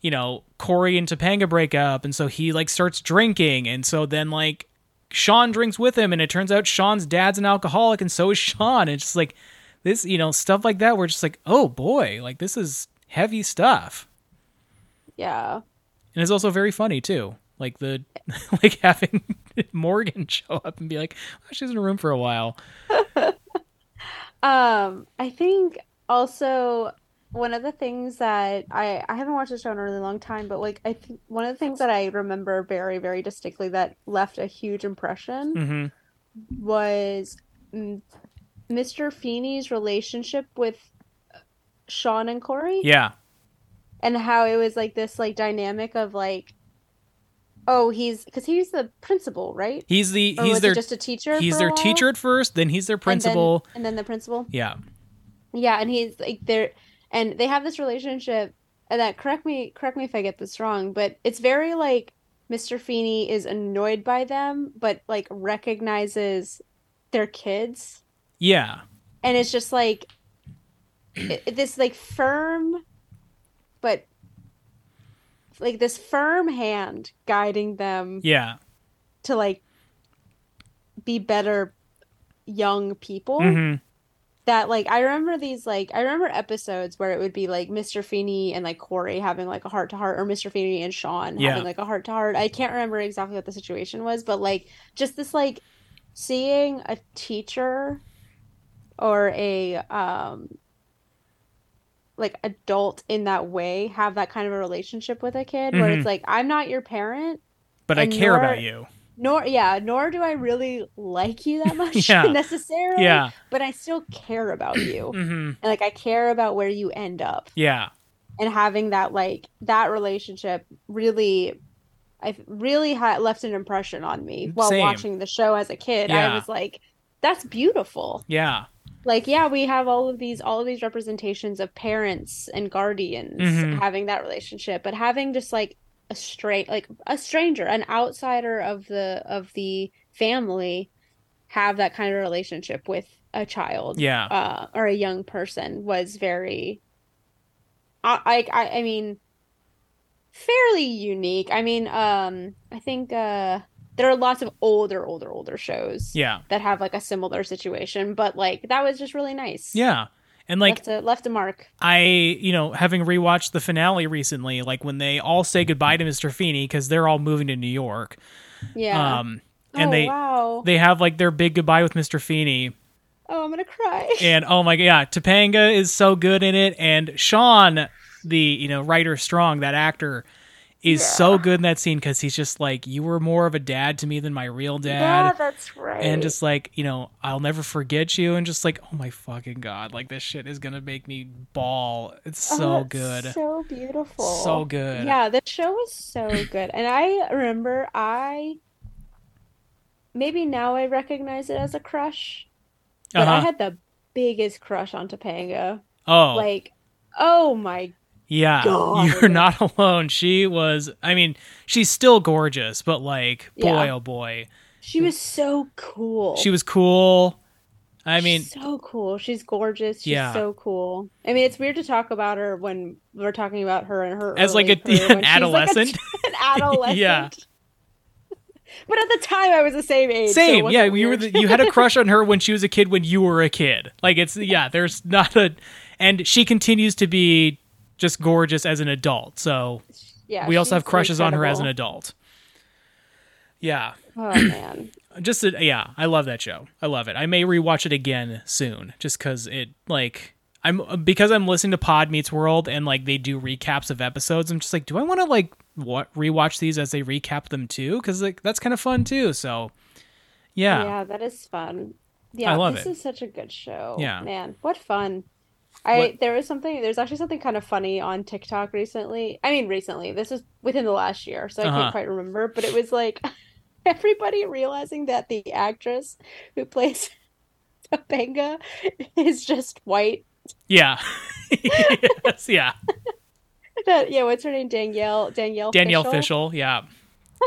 Speaker 1: you know, Corey and Topanga break up, and so he like starts drinking, and so then like Sean drinks with him, and it turns out Sean's dad's an alcoholic, and so is Sean, and it's just like this, you know, stuff like that. We're just like, oh boy, like this is heavy stuff,
Speaker 2: Yeah.
Speaker 1: and it's also very funny too. Like the [laughs] like having [laughs] Morgan show up and be like, oh, she's in a room for a while.
Speaker 2: Um, I think also one of the things that I I haven't watched the show in a really long time, but like I think one of the things that I remember very, very distinctly that left a huge impression
Speaker 1: hmm
Speaker 2: was mm, Mr. Feeney's relationship with Sean and Corey
Speaker 1: Yeah.
Speaker 2: and how it was like this like dynamic of like oh he's because he's the principal, right?
Speaker 1: He's the
Speaker 2: Or
Speaker 1: he's
Speaker 2: was
Speaker 1: their
Speaker 2: he just a teacher
Speaker 1: he's
Speaker 2: for a
Speaker 1: their
Speaker 2: while?
Speaker 1: teacher at first then he's their
Speaker 2: And then-
Speaker 1: principal
Speaker 2: and then the principal.
Speaker 1: yeah
Speaker 2: Yeah, and he's like they're and they have this relationship and that correct me correct me if I get this wrong, but it's very like Mr. Feeney is annoyed by them, but like recognizes their kids.
Speaker 1: yeah
Speaker 2: And it's just like i- this like firm but like this firm hand guiding them
Speaker 1: yeah
Speaker 2: to like be better young people
Speaker 1: hmm
Speaker 2: that like I remember these like I remember episodes where it would be like Mr. Feeney and like Corey having like a heart to heart or Mr. Feeney and Sean
Speaker 1: Yeah.
Speaker 2: having like a heart to heart. I can't remember exactly what the situation was, but like just this like seeing a teacher or a um like adult in that way have that kind of a relationship with a kid where
Speaker 1: Mhm.
Speaker 2: it's like I'm not your parent
Speaker 1: but i
Speaker 2: And
Speaker 1: care about
Speaker 2: you're-
Speaker 1: you
Speaker 2: nor yeah nor do I really like
Speaker 1: [laughs]
Speaker 2: you that much
Speaker 1: Yeah.
Speaker 2: [laughs] necessarily
Speaker 1: Yeah.
Speaker 2: but I still care about you
Speaker 1: hmm
Speaker 2: and like I care about where you end up
Speaker 1: yeah
Speaker 2: and having that like that relationship really I really had left an impression on me while
Speaker 1: Same.
Speaker 2: watching the show as a kid.
Speaker 1: Yeah.
Speaker 2: I was like that's beautiful.
Speaker 1: yeah
Speaker 2: Like yeah, we have all of these all of these representations of parents and guardians
Speaker 1: Mhm.
Speaker 2: having that relationship, but having just like a straight like a stranger, an outsider of the of the family have that kind of relationship with a child
Speaker 1: yeah
Speaker 2: uh, or a young person was very I, I I- I mean fairly unique. I mean um I think uh there are lots of older older older shows
Speaker 1: yeah
Speaker 2: that have like a similar situation, but like that was just really nice.
Speaker 1: yeah and like
Speaker 2: left a, left a mark.
Speaker 1: I, you know, having rewatched the finale recently, like when they all say goodbye to Mr. Feeney because they're all moving to New York,
Speaker 2: Yeah.
Speaker 1: um, and
Speaker 2: oh,
Speaker 1: they
Speaker 2: wow.
Speaker 1: they have like their big goodbye with Mr. Feeney,
Speaker 2: oh, I'm gonna cry.
Speaker 1: [laughs] and oh my god, yeah, Topanga is so good in it, and Sean, the you know writer Strong, that actor, is so good in that scene because he's just like, you were more of a dad to me than my real
Speaker 2: [laughs] yeah,
Speaker 1: dad,
Speaker 2: that's right.
Speaker 1: and just like you know, I'll never forget you, and just like, oh my fucking god, like this shit is gonna make me ball. It's
Speaker 2: Oh,
Speaker 1: so
Speaker 2: that's
Speaker 1: good,
Speaker 2: So beautiful.
Speaker 1: so good.
Speaker 2: Yeah, the show
Speaker 1: [clears throat]
Speaker 2: was so good. And I remember I maybe now I recognize it as a crush. But I
Speaker 1: Uh-huh.
Speaker 2: had the biggest crush on Topanga.
Speaker 1: Oh,
Speaker 2: Like, oh my
Speaker 1: yeah. [laughs]
Speaker 2: God.
Speaker 1: You're not alone. She was, I mean, she's still gorgeous, but like, boy,
Speaker 2: Yeah.
Speaker 1: oh boy.
Speaker 2: she was so cool.
Speaker 1: She was cool. I mean,
Speaker 2: She's so cool. She's gorgeous. She's
Speaker 1: Yeah.
Speaker 2: so cool. I mean, it's weird to talk about her when we're talking about her and her
Speaker 1: As, like,
Speaker 2: early
Speaker 1: a- yeah,
Speaker 2: career
Speaker 1: an [laughs]
Speaker 2: when she's, like, a
Speaker 1: adolescent.
Speaker 2: ch- [laughs] an
Speaker 1: [laughs]
Speaker 2: adolescent. But at the time, I was the same age. so it
Speaker 1: same.
Speaker 2: wasn't
Speaker 1: yeah. You were,
Speaker 2: weird.
Speaker 1: the, you had a crush on her when she was a kid, when you were a kid. Like, it's, yeah, there's not a, and she continues to be just gorgeous as an adult. So
Speaker 2: yeah.
Speaker 1: we also have
Speaker 2: she's
Speaker 1: crushes on her as an
Speaker 2: incredible.
Speaker 1: adult. Yeah. [clears throat]
Speaker 2: Oh man.
Speaker 1: just a, yeah i love that show i love it i may rewatch it again soon just because it like i'm because i'm listening to pod meets world and like they do recaps of episodes i'm just like do i want to like what rewatch these as they recap them too because like that's kind of fun too so
Speaker 2: Yeah.
Speaker 1: yeah
Speaker 2: that is fun. Yeah,
Speaker 1: Oh. I love
Speaker 2: this
Speaker 1: it.
Speaker 2: is such a good show.
Speaker 1: Yeah.
Speaker 2: man, what fun! I
Speaker 1: What-
Speaker 2: there was something. There's actually something kind of funny on TikTok recently. I mean, recently. This is within the last year, so I
Speaker 1: Uh-huh.
Speaker 2: can't quite remember. But it was like [laughs] everybody realizing that the actress who plays [laughs] Topanga is just white. [laughs]
Speaker 1: yeah [laughs] yes, yeah
Speaker 2: That yeah, what's her name? Danielle Danielle
Speaker 1: danielle fishel yeah
Speaker 2: [laughs]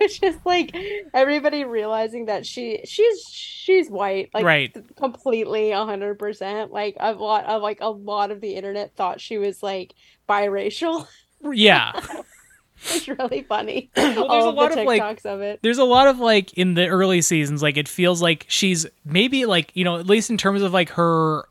Speaker 2: it's just like everybody realizing that she she's she's white like
Speaker 1: Right.
Speaker 2: th- completely 100% like a lot of like a lot of the internet thought she was like biracial [laughs]
Speaker 1: yeah
Speaker 2: it's really
Speaker 1: [clears throat]
Speaker 2: funny
Speaker 1: there's
Speaker 2: all
Speaker 1: a
Speaker 2: of
Speaker 1: lot
Speaker 2: the
Speaker 1: of, like-
Speaker 2: tiktoks of it
Speaker 1: there's a lot of like in the early seasons like it feels like she's maybe like you know at least in terms of like her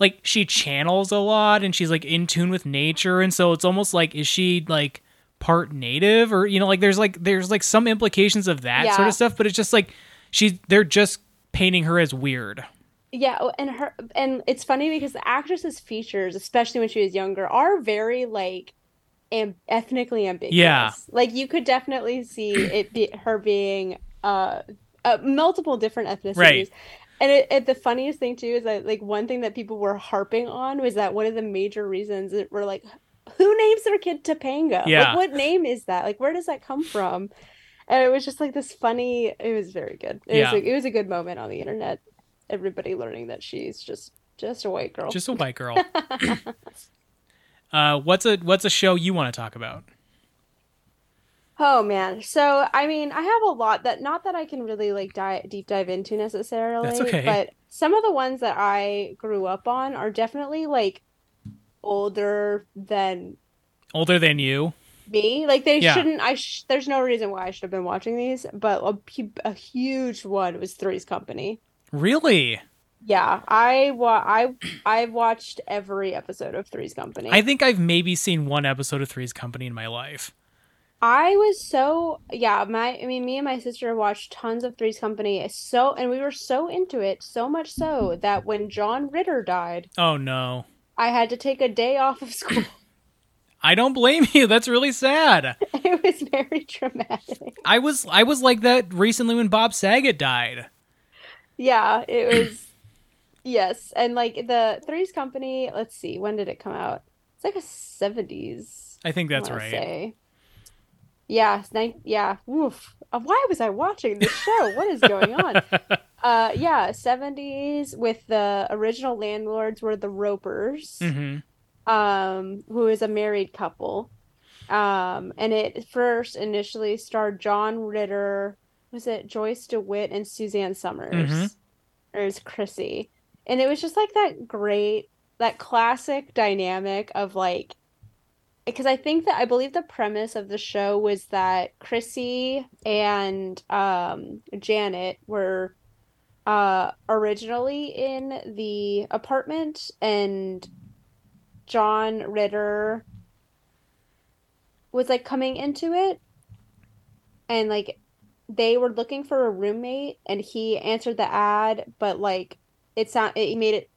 Speaker 1: like she channels a lot and she's like in tune with nature and so it's almost like is she like part native or you know like there's like there's like some implications of that sort
Speaker 2: Yeah.
Speaker 1: of stuff but it's just like she's they're just painting her as weird
Speaker 2: yeah oh, and her and it's funny because the actress's features especially when she was younger are very like am- ethnically ambiguous like you could definitely see it be her being uh, uh multiple different ethnicities
Speaker 1: Right.
Speaker 2: and it, it, the funniest thing too is that like one thing that people were harping on was that one of the major reasons that were like who names their kid Topanga
Speaker 1: Yeah.
Speaker 2: like what name is that like where does that come from and it was just like this funny it was very good it
Speaker 1: Yeah.
Speaker 2: was like, it was a good moment on the internet everybody learning that she's just just a white girl
Speaker 1: just a white girl uh what's a what's a show you want to talk about
Speaker 2: Oh man. So, I mean, I have a lot that not that I can really like dive deep dive into necessarily,
Speaker 1: okay.
Speaker 2: but some of the ones that I grew up on are definitely like older than
Speaker 1: older than you
Speaker 2: me. Like they
Speaker 1: Yeah.
Speaker 2: shouldn't I sh there's no reason why I should have been watching these, but a, pu- a huge one was Three's Company.
Speaker 1: really
Speaker 2: Yeah, I wa I I watched every episode of Three's Company.
Speaker 1: i think i've maybe seen one episode of three's company in my life
Speaker 2: I was so yeah, my I mean me and my sister watched tons of Three's Company so and we were so into it, so much so that when John Ritter died,
Speaker 1: Oh no.
Speaker 2: I had to take a day off of [laughs] school.
Speaker 1: I don't blame [laughs] you. That's really sad.
Speaker 2: It was very traumatic.
Speaker 1: I was I was like that recently when Bob Saget died.
Speaker 2: Yeah, it was yes, and like the Three's Company, let's see, when did it come out? It's like a 70s,
Speaker 1: I think
Speaker 2: I
Speaker 1: that's
Speaker 2: wanna
Speaker 1: right.
Speaker 2: say. Yeah, it's nine, yeah, woof. Uh, Why was I watching this show? What is going
Speaker 1: [laughs]
Speaker 2: on? Uh, yeah, 70s with the original landlords were the Ropers,
Speaker 1: hmm
Speaker 2: um, who is a married couple. Um, and it first initially starred John Ritter, was it Joyce DeWitt and Suzanne Summers?
Speaker 1: Mhm.
Speaker 2: Or is Chrissy? And it was just like that great, that classic dynamic of like, because I think that I believe the premise of the show was that Chrissy and um, Janet were uh originally in the apartment and John Ritter was like coming into it and like they were looking for a roommate and he answered the ad but like it sound it made it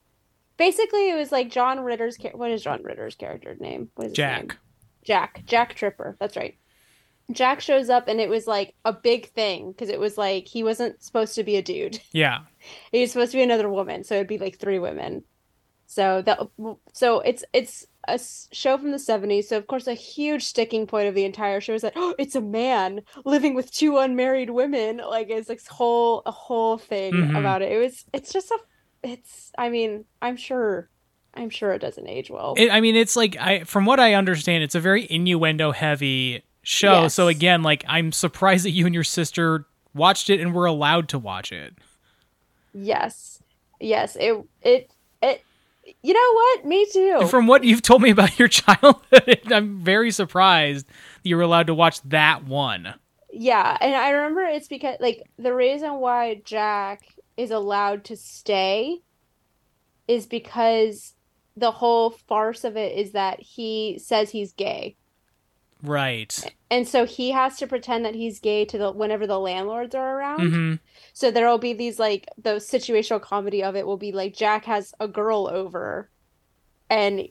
Speaker 2: basically it was like John Ritter's char- what is John Ritter's character name what is his name?
Speaker 1: Jack.
Speaker 2: Jack, Jack Tripper. That's right. Jack shows up and it was like a big thing because it was like he wasn't supposed to be a dude.
Speaker 1: Yeah.
Speaker 2: He was supposed to be another woman, so it'd be like three women. So that so it's it's a s- show from the 70s. So of course a huge sticking point of the entire show is that [gasps] oh, it's a man living with two unmarried women. Like it's like whole a whole thing
Speaker 1: Mhm.
Speaker 2: about it. It was it's just a it's I mean, I'm sure I'm sure it doesn't age well.
Speaker 1: It, I mean, it's like I, from what I understand, it's a very innuendo heavy show.
Speaker 2: Yes.
Speaker 1: So again, like I'm surprised that you and your sister watched it and were allowed to watch it.
Speaker 2: yes. Yes, it it it you know what? Me too.
Speaker 1: And from what you've told me about [laughs] your childhood, [laughs] I'm very surprised that you were allowed to watch that one.
Speaker 2: Yeah, and I remember it's because like the reason why Jack is allowed to stay is because the whole farce of it is that he says he's gay.
Speaker 1: Right.
Speaker 2: And so he has to pretend that he's gay to the whenever the landlords are around.
Speaker 1: hmm
Speaker 2: So there will be these like the situational comedy of it will be like Jack has a girl over and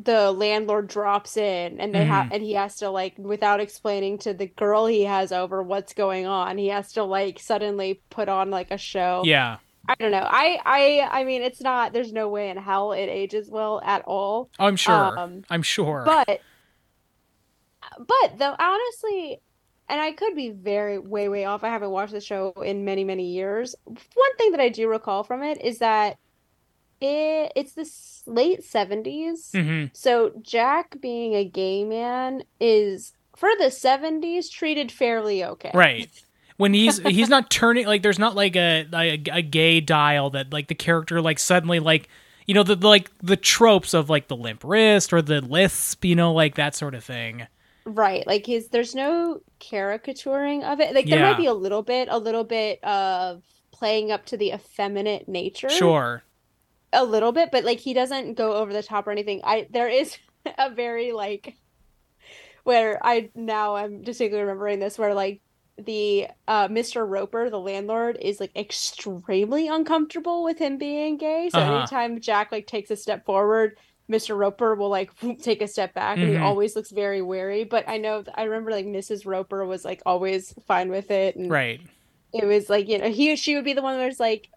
Speaker 2: the landlord drops in and they
Speaker 1: Mm-hmm.
Speaker 2: have and he has to like without explaining to the girl he has over what's going on he has to like suddenly put on like a show
Speaker 1: Yeah.
Speaker 2: i don't know i i i mean it's not there's no way in hell it ages well at all
Speaker 1: Oh, I'm sure.
Speaker 2: Um,
Speaker 1: I'm sure.
Speaker 2: but but though honestly and i could be very way way off i haven't watched the show in many many years one thing that i do recall from it is that it it's the s- late 70s
Speaker 1: Mhm.
Speaker 2: so jack being a gay man is for the 70s treated fairly okay
Speaker 1: Right. When he's he's not turning like there's not like a, a a gay dial that like the character like suddenly like you know the, the like the tropes of like the limp wrist or the lisp you know like that sort of thing.
Speaker 2: Right. Like his there's no caricaturing of it. Like there
Speaker 1: Yeah.
Speaker 2: might be a little bit, a little bit of playing up to the effeminate nature.
Speaker 1: Sure.
Speaker 2: a little bit, but like he doesn't go over the top or anything. I there is [laughs] a very like where I now I'm distinctly remembering this where like the uh Mr. Roper, the landlord, is like extremely uncomfortable with him being gay. So
Speaker 1: Uh-huh.
Speaker 2: anytime Jack like takes a step forward, Mr. Roper will like take a step back and he
Speaker 1: Mhm.
Speaker 2: always looks very wary. But I know I remember like Mrs. Roper was like always fine with it and
Speaker 1: Right.
Speaker 2: it was like you know he she would be the one that's like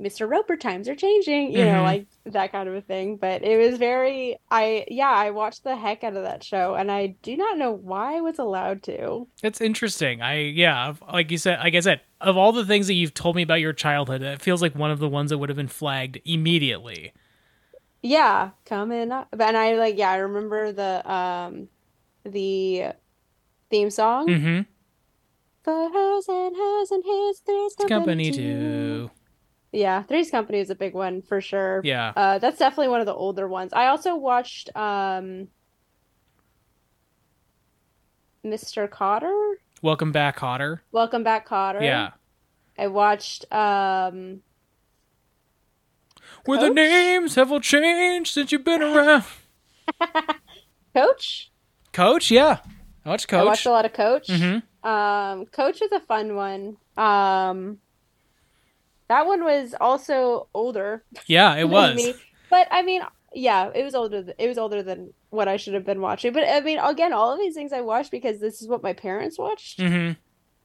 Speaker 2: mr roper times are changing you
Speaker 1: Mhm.
Speaker 2: know like that kind of a thing but it was very i yeah i watched the heck out of that show and i do not know why i was allowed to
Speaker 1: That's interesting. I yeah, of- like you said, like I said, of all the things that you've told me about your childhood, it feels like one of the ones that would have been flagged immediately.
Speaker 2: yeah coming up and i like yeah i remember the um the theme song
Speaker 1: Mm-hmm.
Speaker 2: for hers and hers and his three's
Speaker 1: Company two.
Speaker 2: yeah three's company is a big one for sure
Speaker 1: Yeah.
Speaker 2: Uh, that's definitely one of the older ones. I also watched um, Mr. Cotter.
Speaker 1: Welcome back, Hotter.
Speaker 2: Welcome back, Cotter.
Speaker 1: Yeah.
Speaker 2: I watched um,
Speaker 1: Where the
Speaker 2: Coach?
Speaker 1: names have all changed since you've been around.
Speaker 2: Coach.
Speaker 1: Coach, yeah. I watch
Speaker 2: I
Speaker 1: Coach.
Speaker 2: watched a lot of Coach.
Speaker 1: Mhm.
Speaker 2: Um, Coach is a fun one. Um, that one was also older.
Speaker 1: Yeah, it
Speaker 2: than
Speaker 1: was.
Speaker 2: me. But I mean, yeah, it was older. Th- it was older than what I should have been watching. But I mean, again, all of these things I watched because this is what my parents watched.
Speaker 1: Mm-hmm.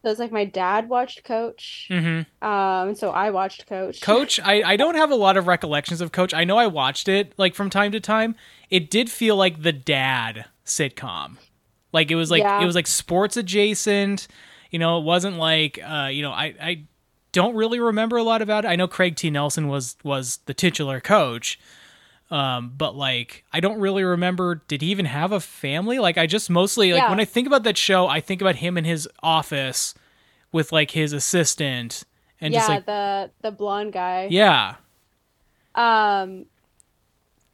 Speaker 2: So it's like my dad watched Coach.
Speaker 1: Mm-hmm.
Speaker 2: Um, so I watched Coach.
Speaker 1: Coach, I, I don't have a lot of recollections of Coach. I know I watched it like from time to time. It did feel like the dad sitcom. Like it was like
Speaker 2: Yeah.
Speaker 1: it was like sports adjacent. You know, it wasn't like uh, you know, I, I don't really remember a lot about it. I know Craig T. Nelson was was the titular coach. Um, but like I don't really remember did he even have a family? Like I just mostly like
Speaker 2: Yeah.
Speaker 1: when I think about that show, I think about him in his office with like his assistant and
Speaker 2: yeah,
Speaker 1: just like
Speaker 2: the the blonde guy.
Speaker 1: yeah.
Speaker 2: Um,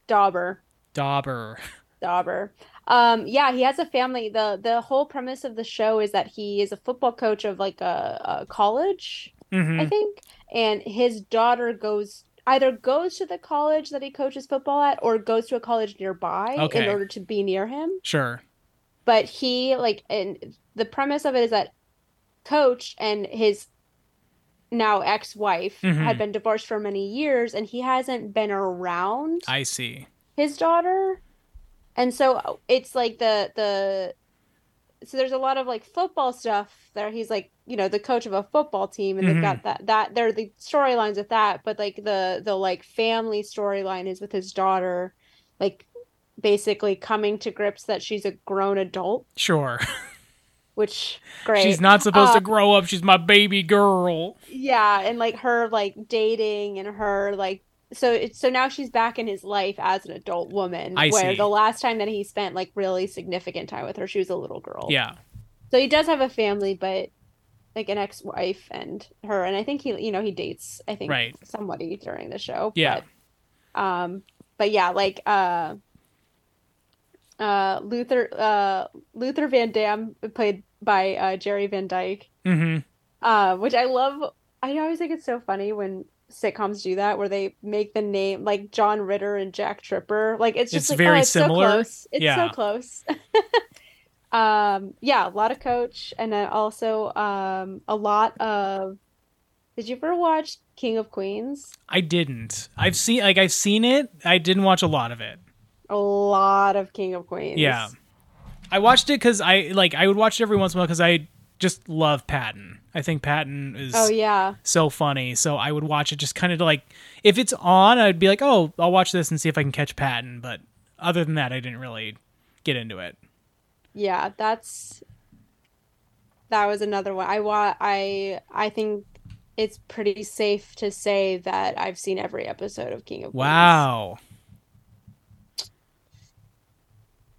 Speaker 2: Dauber,
Speaker 1: Dauber.
Speaker 2: Dauber. Um, yeah, he has a family. the The whole premise of the show is that he is a football coach of like a, a college,
Speaker 1: Mm-hmm.
Speaker 2: I think, and his daughter goes either goes to the college that he coaches football at or goes to a college nearby
Speaker 1: Okay.
Speaker 2: in order to be near him.
Speaker 1: Sure.
Speaker 2: but he like and the premise of it is that coach and his now ex-wife
Speaker 1: Mhm.
Speaker 2: had been divorced for many years and he hasn't been around
Speaker 1: I see.
Speaker 2: his daughter and so it's like the the so there's a lot of like football stuff there he's like you know the coach of a football team and they've got that that there are the storylines with that but like the the like family storyline is with his daughter like basically coming to grips that she's a grown adult
Speaker 1: Sure. [laughs]
Speaker 2: which great
Speaker 1: She's not supposed
Speaker 2: Uh,
Speaker 1: to grow up. She's my baby girl.
Speaker 2: yeah and like her like dating and her like so it's so now she's back in his life as an adult woman
Speaker 1: I
Speaker 2: where
Speaker 1: see.
Speaker 2: the last time that he spent like really significant time with her she was a little girl
Speaker 1: Yeah.
Speaker 2: so he does have a family but like an ex-wife and her and i think he you know he dates i think
Speaker 1: Right.
Speaker 2: somebody during the show
Speaker 1: Yeah.
Speaker 2: but, um but yeah like uh uh luther uh luther van dam played by uh jerry van dyke
Speaker 1: Mm-hmm.
Speaker 2: uh, which I love. I always think it's so funny when sitcoms do that, where they make the name like John Ritter and Jack Tripper. Like it's just
Speaker 1: It's
Speaker 2: like,
Speaker 1: very
Speaker 2: oh, it's
Speaker 1: similar.
Speaker 2: So close. It's
Speaker 1: Yeah.
Speaker 2: so close. [laughs] um, yeah, a lot of Coach, and then also um, a lot of. Did you ever watch King of Queens?
Speaker 1: I didn't. I've seen like I've seen it. I didn't watch a lot of it.
Speaker 2: A lot of King of Queens.
Speaker 1: Yeah. I watched it because I like I would watch it every once in a while because I just love Patton. I think Patton is
Speaker 2: Oh yeah.
Speaker 1: so funny. So I would watch it just kind of like if it's on, I'd be like, oh, I'll watch this and see if I can catch Patton. But other than that, I didn't really get into it.
Speaker 2: yeah that's that was another one i wa i i think it's pretty safe to say that i've seen every episode of king of Queens.
Speaker 1: Wow.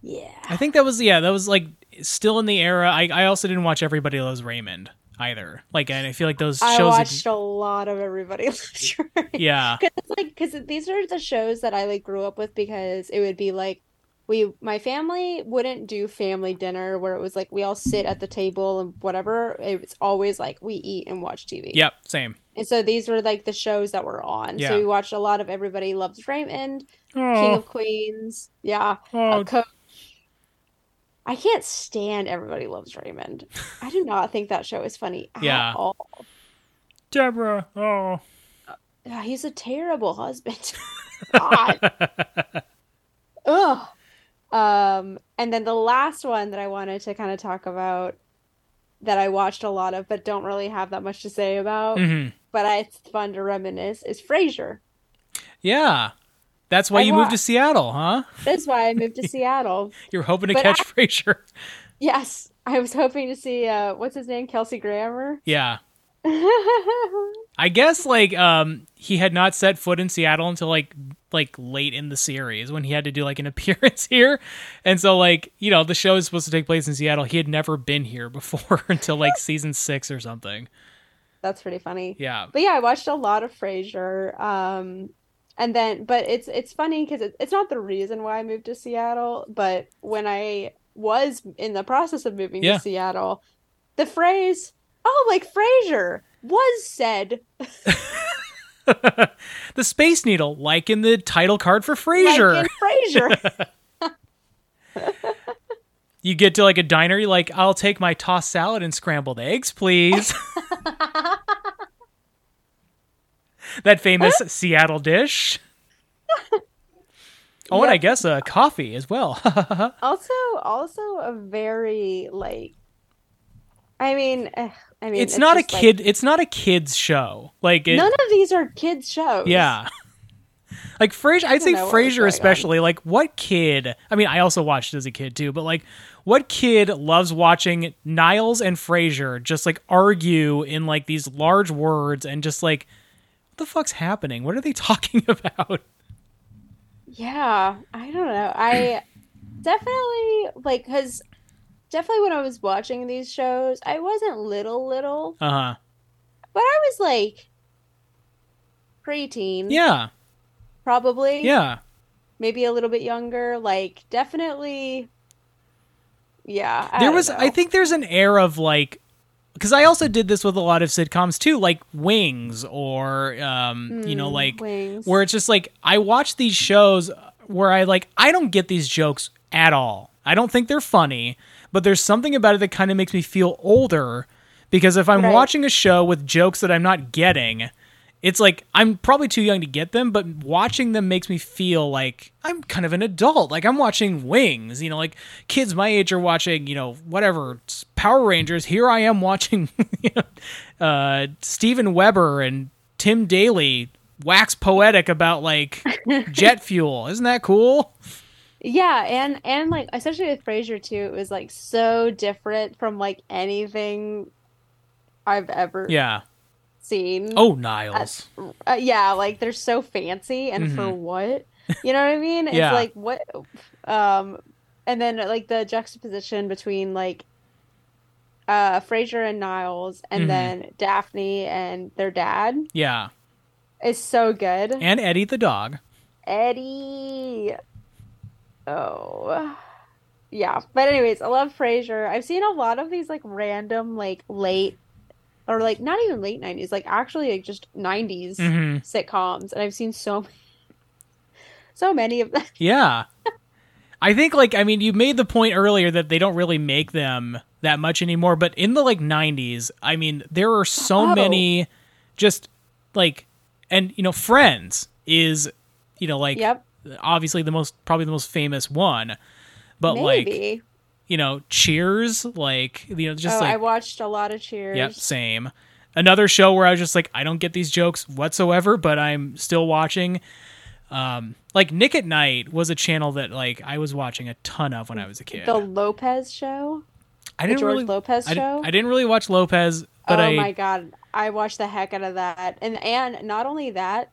Speaker 2: yeah
Speaker 1: I think that was yeah, that was like still in the era. I I also didn't watch Everybody Loves Raymond either. Like and I feel like those shows.
Speaker 2: i watched a lot of everybody [laughs] Loves Raymond. [laughs]
Speaker 1: yeah.
Speaker 2: because like because these are the shows that i like grew up with because it would be like we my family wouldn't do family dinner where it was like we all sit at the table and whatever it was always like we eat and watch tv
Speaker 1: Yep. Same.
Speaker 2: and so these were like the shows that were on
Speaker 1: Yeah.
Speaker 2: so we watched a lot of everybody loves raymond King
Speaker 1: Oh,
Speaker 2: of Queens. Yeah.
Speaker 1: oh,
Speaker 2: A coach. I can't stand Everybody Loves Raymond. I do not think that show is funny at
Speaker 1: Yeah.
Speaker 2: all.
Speaker 1: Deborah. Oh.
Speaker 2: Yeah, he's a terrible husband. [laughs] God.
Speaker 1: [laughs]
Speaker 2: Ugh. Um, and then the last one that I wanted to kind of talk about that I watched a lot of but don't really have that much to say about,
Speaker 1: hmm
Speaker 2: but I, it's fun to reminisce is Frasier.
Speaker 1: Yeah. That's why
Speaker 2: I
Speaker 1: you moved
Speaker 2: wa-
Speaker 1: to Seattle, huh?
Speaker 2: That's why
Speaker 1: [laughs]
Speaker 2: I moved to Seattle.
Speaker 1: You're hoping to
Speaker 2: But
Speaker 1: catch Frasier. [laughs]
Speaker 2: Yes, I was hoping to see uh what's his name? Kelsey Grammer.
Speaker 1: Yeah.
Speaker 2: [laughs]
Speaker 1: I guess like um he had not set foot in Seattle until like like late in the series when he had to do like an [laughs] appearance here. And so like, you know, the show is supposed to take place in Seattle. He had never been here [laughs] before until like season 6 or something.
Speaker 2: That's pretty funny.
Speaker 1: Yeah.
Speaker 2: But yeah, I watched a lot of Frasier. Um and then but it's it's funny cuz it, it's not the reason why I moved to Seattle, but when I was in the process of moving
Speaker 1: Yeah.
Speaker 2: to Seattle, the phrase "Oh, like Frasier" was said
Speaker 1: The Space Needle like in the title card for Frasier.
Speaker 2: like in
Speaker 1: [laughs]
Speaker 2: Frasier. [laughs]
Speaker 1: you get to like a diner, you're like, "I'll take my tossed salad and scrambled eggs,
Speaker 2: [laughs]
Speaker 1: please." that famous Seattle dish. Oh, and I
Speaker 2: Yep.
Speaker 1: guess uh, coffee as well. [laughs]
Speaker 2: also also a very like I mean, eh, I mean
Speaker 1: it's, not a
Speaker 2: just, like,
Speaker 1: kid. it's not a kids show. Like it,
Speaker 2: None of these are kids shows.
Speaker 1: yeah. [laughs] Like Frasier, I'd say
Speaker 2: know what was
Speaker 1: Frasier
Speaker 2: going
Speaker 1: especially. Like, what kid? I mean, I also watched it as a kid too, but like, what kid loves watching Niles and Frasier just like argue in like these large words and just like, what the fuck's happening? What are they [laughs] talking about?
Speaker 2: Yeah, I don't know. I definitely like because definitely when I was watching these shows, I wasn't little little,
Speaker 1: Uh huh.
Speaker 2: but I was like preteen,
Speaker 1: Yeah.
Speaker 2: probably,
Speaker 1: Yeah.
Speaker 2: maybe a little bit younger. Like definitely, yeah. I
Speaker 1: there
Speaker 2: don't
Speaker 1: was
Speaker 2: know.
Speaker 1: i think there's an air of like because i also did this with a lot of sitcoms too like wings or um you know
Speaker 2: Mm,
Speaker 1: like
Speaker 2: Wings.
Speaker 1: where it's just like i watch these shows where i like i don't get these jokes at all i don't think they're funny but there's something about it that kind of makes me feel older because if i'm
Speaker 2: Right.
Speaker 1: watching a show with jokes that i'm not getting it's like I'm probably too young to get them, but watching them makes me feel like I'm kind of an adult. Like I'm watching Wings, you know, like kids my age are watching, you know, whatever it's Power Rangers. Here I am watching [laughs] you know, uh, Steven Weber and Tim Daly wax poetic about like jet fuel. Isn't that cool?
Speaker 2: Yeah, and and like especially with Frasier too, it was like so different from like anything I've ever
Speaker 1: Yeah.
Speaker 2: seen.
Speaker 1: Oh, Niles.
Speaker 2: Uh, yeah, like they're so fancy and for what? You know what I mean? It's
Speaker 1: Yeah.
Speaker 2: like what um and then like the juxtaposition between like uh Frasier and Niles and
Speaker 1: Mhm.
Speaker 2: then Daphne and their dad
Speaker 1: yeah.
Speaker 2: is so good.
Speaker 1: And Eddie the dog.
Speaker 2: Eddie. Oh. Yeah. But anyways, I love Frasier. I've seen a lot of these like random like late or like not even late 90s, like actually like just 90s
Speaker 1: Mm-hmm.
Speaker 2: sitcoms and I've seen so [laughs] so many of them. [laughs]
Speaker 1: Yeah. I think like I mean you made the point earlier that they don't really make them that much anymore, but in the like 90s, I mean there are so
Speaker 2: Oh.
Speaker 1: many just like and you know Friends is you know like
Speaker 2: Yep.
Speaker 1: obviously the most probably the most famous one. But like,
Speaker 2: Maybe.
Speaker 1: you know, Cheers like you know just
Speaker 2: oh, I
Speaker 1: like
Speaker 2: watched a lot of Cheers.
Speaker 1: Yep, same. Another show where I was just like, I don't get these jokes whatsoever, but I'm still watching. Um, like Nick at Night was a channel that like I was watching a ton of when I was a kid.
Speaker 2: The Lopez show.
Speaker 1: I
Speaker 2: The
Speaker 1: didn't
Speaker 2: George
Speaker 1: really,
Speaker 2: Lopez
Speaker 1: I, di-
Speaker 2: show.
Speaker 1: I didn't really watch Lopez, but
Speaker 2: oh
Speaker 1: I
Speaker 2: my god, I watched the heck out of that, and and not only that,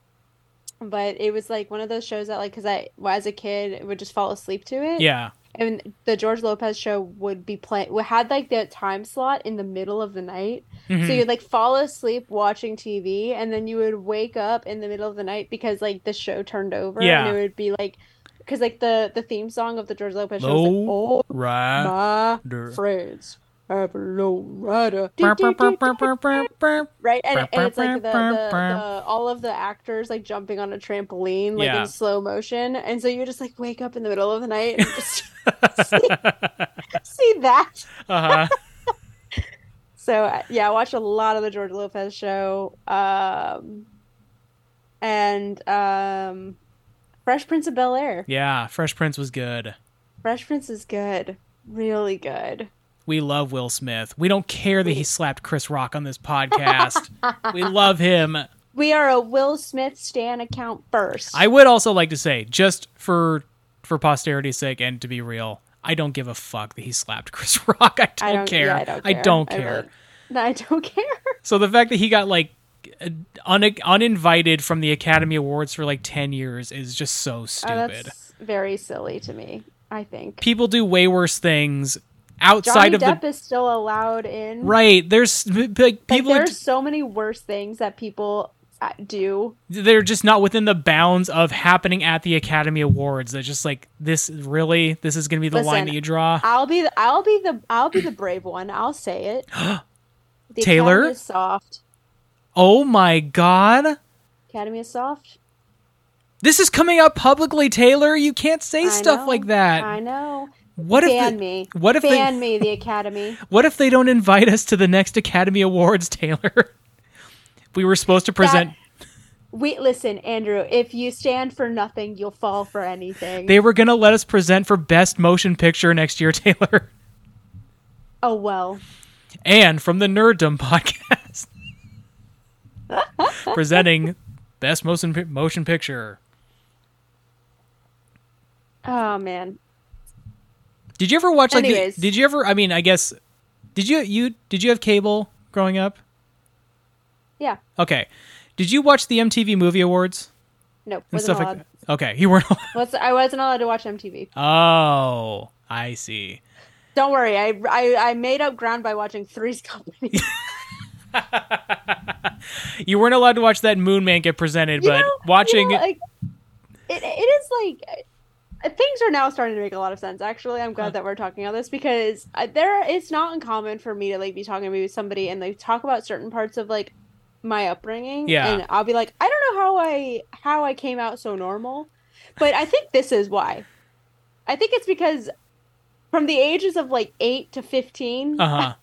Speaker 2: but it was like one of those shows that like because I well, as a kid would just fall asleep to it.
Speaker 1: yeah,
Speaker 2: and the George Lopez show would be playing. We had like that time slot in the middle of the night, so
Speaker 1: Mhm.
Speaker 2: you'd like fall asleep watching TV, and then you would wake up in the middle of the night because like the show turned over,
Speaker 1: Yeah.
Speaker 2: and it would be like because like the the theme song of the George Lopez show was like,
Speaker 1: Low
Speaker 2: "Oh
Speaker 1: right.
Speaker 2: my
Speaker 1: Rider.
Speaker 2: friends, have a low rider."
Speaker 1: Burr, burr, burr, burr, burr, burr,
Speaker 2: [laughs]
Speaker 1: burr.
Speaker 2: Right, and,
Speaker 1: Burp,
Speaker 2: and it's
Speaker 1: burp,
Speaker 2: like the, the,
Speaker 1: burp, burp, burp.
Speaker 2: the all of the actors like jumping on a trampoline like
Speaker 1: Yeah.
Speaker 2: in slow motion, and so you just like wake up in the middle of the night and
Speaker 1: [laughs]
Speaker 2: just [laughs] see that.
Speaker 1: Uh-huh.
Speaker 2: So uh, yeah, I watched a lot of the George Lopez show, um, and um, Fresh Prince of Bel Air.
Speaker 1: Yeah, Fresh Prince was good.
Speaker 2: Fresh Prince is good, really good.
Speaker 1: We love Will Smith. We don't care that he slapped Chris Rock on this podcast. we love him.
Speaker 2: We are a Will Smith stan account first.
Speaker 1: I would also like to say, just for for posterity's sake and to be real, I don't give a fuck that he slapped [laughs] Chris Rock. I don't,
Speaker 2: I don't
Speaker 1: care.
Speaker 2: yeah, I don't care.
Speaker 1: care.
Speaker 2: really- no, [laughs] I don't care.
Speaker 1: So the fact that he got like un- uninvited from the Academy Awards for like ten years is just so
Speaker 2: Oh,
Speaker 1: stupid.
Speaker 2: that's very silly to me. I think
Speaker 1: People do way worse things outside
Speaker 2: Johnny
Speaker 1: of
Speaker 2: Depp
Speaker 1: the
Speaker 2: is still allowed in.
Speaker 1: right. There's like
Speaker 2: Like,
Speaker 1: people
Speaker 2: there
Speaker 1: are
Speaker 2: are so many worse things that people uh, do.
Speaker 1: they're just not within the bounds of happening at the Academy Awards. They're just like this. Really, this is gonna be the line
Speaker 2: Listen,
Speaker 1: that you draw.
Speaker 2: I'll be the, I'll be the I'll be the brave one. I'll say it.
Speaker 1: [gasps]
Speaker 2: The
Speaker 1: Taylor?
Speaker 2: Academy is soft.
Speaker 1: oh my god.
Speaker 2: Academy is soft.
Speaker 1: This is coming out publicly, Taylor. You can't say
Speaker 2: I
Speaker 1: stuff
Speaker 2: know,
Speaker 1: like that.
Speaker 2: I know.
Speaker 1: what if
Speaker 2: Ban
Speaker 1: the-
Speaker 2: me.
Speaker 1: What if
Speaker 2: ban
Speaker 1: they
Speaker 2: me? The Academy.
Speaker 1: What if they don't invite us to the next Academy Awards, Taylor? [laughs] we were supposed to present.
Speaker 2: We listen, Andrew. If you stand for nothing, you'll fall for anything.
Speaker 1: They were going to let us present for best motion picture next year, [laughs] Taylor.
Speaker 2: oh well.
Speaker 1: And from the Nerddom podcast.
Speaker 2: [laughs]
Speaker 1: presenting best motion pi- motion picture.
Speaker 2: Oh man.
Speaker 1: Did you ever watch like the-
Speaker 2: Anyways.
Speaker 1: did you ever I mean, I guess did you you did you have cable growing up?
Speaker 2: Yeah.
Speaker 1: Okay. Did you watch the MTV Movie Awards?
Speaker 2: Nope.
Speaker 1: and
Speaker 2: Wasn't
Speaker 1: stuff like
Speaker 2: allowed.
Speaker 1: that. Okay, you weren't. allowed-
Speaker 2: Was- I wasn't allowed to watch MTV.
Speaker 1: [laughs] Oh, I see.
Speaker 2: Don't worry. I, I I made up ground by watching Three's Company.
Speaker 1: You weren't allowed to watch that Moon Man get presented,
Speaker 2: [laughs] You
Speaker 1: but
Speaker 2: know-
Speaker 1: watching
Speaker 2: you know, like, it, it is like uh, things are now starting to make a lot of sense actually i'm glad that we're talking about this because I, there it's not uncommon for me to like be talking to somebody and they talk about certain parts of like my upbringing
Speaker 1: Yeah.
Speaker 2: and i'll be like i don't know how i how i came out so normal but i think this is why i think it's because from the ages of like 8 to 15
Speaker 1: uh huh,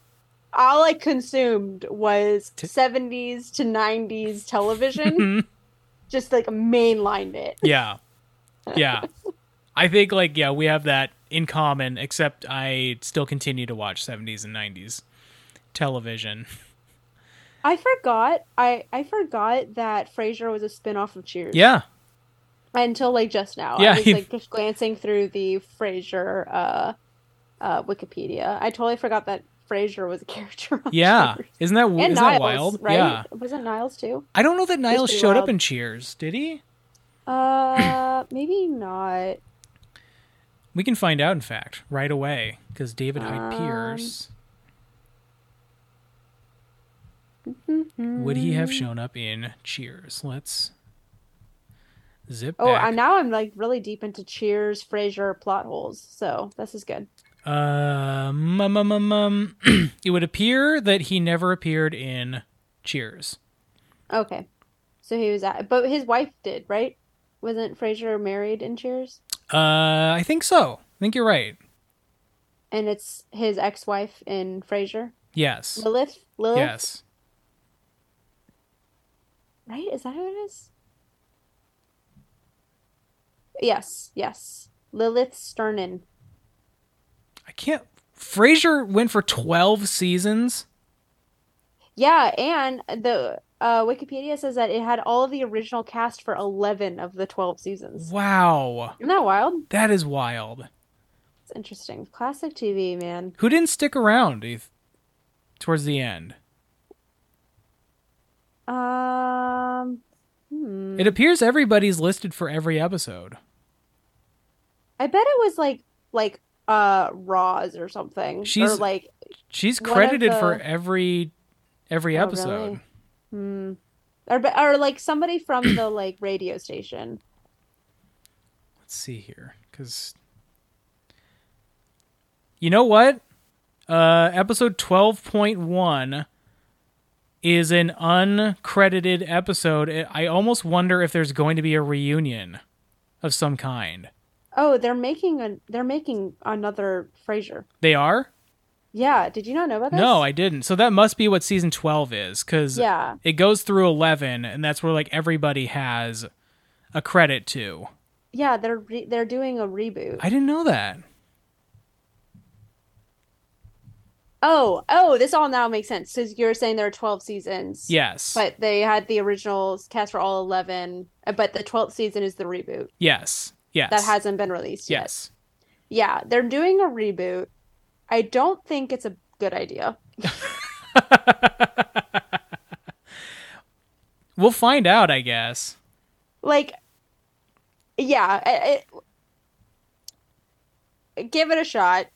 Speaker 2: all I consumed was 70s to
Speaker 1: [laughs]
Speaker 2: 90s television. just like mainlined it.
Speaker 1: Yeah. Yeah. I think like yeah, we have that in common except I still continue to watch 70s and 90s television.
Speaker 2: I forgot I I forgot that Frasier was a spin-off of Cheers.
Speaker 1: Yeah.
Speaker 2: Until like just now.
Speaker 1: Yeah,
Speaker 2: I was
Speaker 1: he-
Speaker 2: like just glancing through the Frasier uh uh Wikipedia. I totally forgot that Frasier was a [laughs] character. On [laughs]
Speaker 1: Yeah.
Speaker 2: Cheers.
Speaker 1: Isn't that,
Speaker 2: And
Speaker 1: isn't
Speaker 2: Niles,
Speaker 1: that wild?
Speaker 2: right?
Speaker 1: Yeah.
Speaker 2: Wasn't Niles too?
Speaker 1: I don't know that Niles
Speaker 2: pretty
Speaker 1: showed up
Speaker 2: wild.
Speaker 1: in Cheers, did he? [laughs]
Speaker 2: Uh maybe not.
Speaker 1: We can find out in fact right away cuz David Hyde
Speaker 2: Um,
Speaker 1: Pierce
Speaker 2: mm-hmm.
Speaker 1: would he have shown up in Cheers? Let's zip
Speaker 2: Oh,
Speaker 1: back.
Speaker 2: I, now I'm like really deep into Cheers, Frasier plot holes. So this is good.
Speaker 1: Um, um, um, um, um, [clears throat] it would appear that he never appeared in Cheers.
Speaker 2: Okay, so he was at, but his wife did right. Wasn't Frasier married in Cheers?
Speaker 1: Uh, I think so. I think you're right.
Speaker 2: And it's his ex-wife in Frasier,
Speaker 1: Yes.
Speaker 2: Lilith. Lilith,
Speaker 1: Yes.
Speaker 2: right? Is that who it is? Yes, yes. Lilith Sternin.
Speaker 1: I can't. Frasier went for 12 seasons.
Speaker 2: Yeah, and the uh, Wikipedia says that it had all of the original cast for eleven of the twelve seasons.
Speaker 1: Wow.
Speaker 2: Isn't that wild?
Speaker 1: That is wild.
Speaker 2: It's interesting. Classic TV, man.
Speaker 1: Who didn't stick around do you th- towards the end?
Speaker 2: Um, hmm.
Speaker 1: It appears everybody's listed for every episode.
Speaker 2: I bet it was like like uh Roz or something, or
Speaker 1: She's-
Speaker 2: like
Speaker 1: She's
Speaker 2: One of
Speaker 1: credited for
Speaker 2: the-
Speaker 1: every every
Speaker 2: Oh, really?
Speaker 1: episode.
Speaker 2: hmm, or be- or like somebody
Speaker 1: [clears throat]
Speaker 2: from the like radio station.
Speaker 1: let's see here because you know what uh episode 12.1 is an uncredited episode I- i almost wonder if there's going to be a reunion of some kind
Speaker 2: Oh, they're making a they're making another Frasier.
Speaker 1: they are
Speaker 2: Yeah, did you not know about this?
Speaker 1: no i didn't so that must be what season 12 is because
Speaker 2: yeah,
Speaker 1: it goes through 11 and that's where like everybody has a credit to
Speaker 2: yeah, they're re- they're doing a reboot.
Speaker 1: i didn't know that
Speaker 2: Oh, oh, this all now makes sense. Because you're saying there are twelve seasons.
Speaker 1: yes
Speaker 2: But they had the original cast for all eleven, uh, but the twelfth season is the reboot
Speaker 1: yes yes
Speaker 2: that hasn't been released yet.
Speaker 1: yes
Speaker 2: Yeah, they're doing a reboot. I don't think it's a good idea.
Speaker 1: we'll find out i guess
Speaker 2: Like, yeah, I I- give it a shot.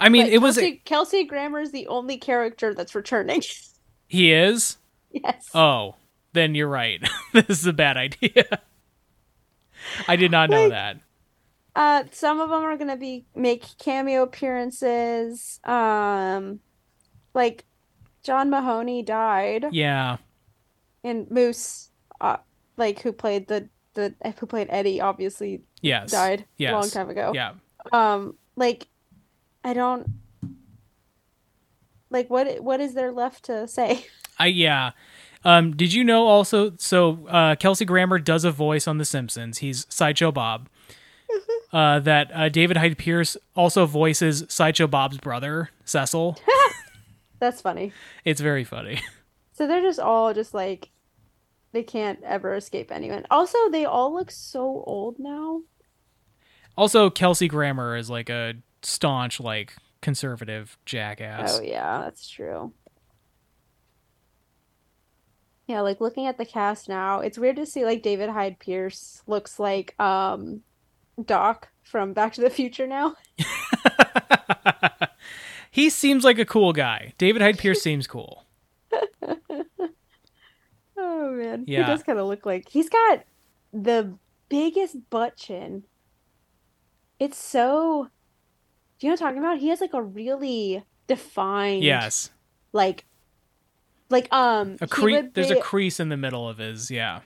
Speaker 1: I mean,
Speaker 2: But
Speaker 1: it was
Speaker 2: Kelsey, Kelsey Grammer is the only character that's returning. [laughs]
Speaker 1: he is.
Speaker 2: yes,
Speaker 1: Oh, then you're right. [laughs] this is a bad idea. [laughs] I did not know
Speaker 2: Like-
Speaker 1: that.
Speaker 2: uh, some of them are gonna be make cameo appearances. Um, like John Mahoney died,
Speaker 1: Yeah,
Speaker 2: and Moose, uh, like who played the the who played Eddie, obviously
Speaker 1: yes,
Speaker 2: died
Speaker 1: yes.
Speaker 2: a long time ago.
Speaker 1: Yeah,
Speaker 2: um like i don't like what what is there left to say [laughs]
Speaker 1: I yeah. Um, did you know also? So uh, Kelsey Grammer does a voice on The Simpsons. He's Sideshow Bob.
Speaker 2: Mm-hmm.
Speaker 1: Uh, that uh, David Hyde Pierce also voices Sideshow Bob's brother
Speaker 2: [laughs]
Speaker 1: Cecil.
Speaker 2: that's funny
Speaker 1: it's very funny.
Speaker 2: so they're just all just like they can't ever escape anyone also they all look so old now
Speaker 1: Also, Kelsey Grammer is like a staunch like conservative jackass.
Speaker 2: oh yeah that's true yeah like looking at the cast now it's weird to see like david hyde pierce looks like um doc from back to the future now
Speaker 1: he seems like a cool guy. David Hyde
Speaker 2: [laughs]
Speaker 1: Pierce seems cool.
Speaker 2: Oh man, he
Speaker 1: Yeah.
Speaker 2: does kind of look like he's got the biggest butt chin. It's so. Do you know what I'm talking about? He has like a really defined,
Speaker 1: Yes.
Speaker 2: like, like um,
Speaker 1: A
Speaker 2: he
Speaker 1: cre-
Speaker 2: would
Speaker 1: there's
Speaker 2: be-
Speaker 1: a crease in the middle of his, yeah.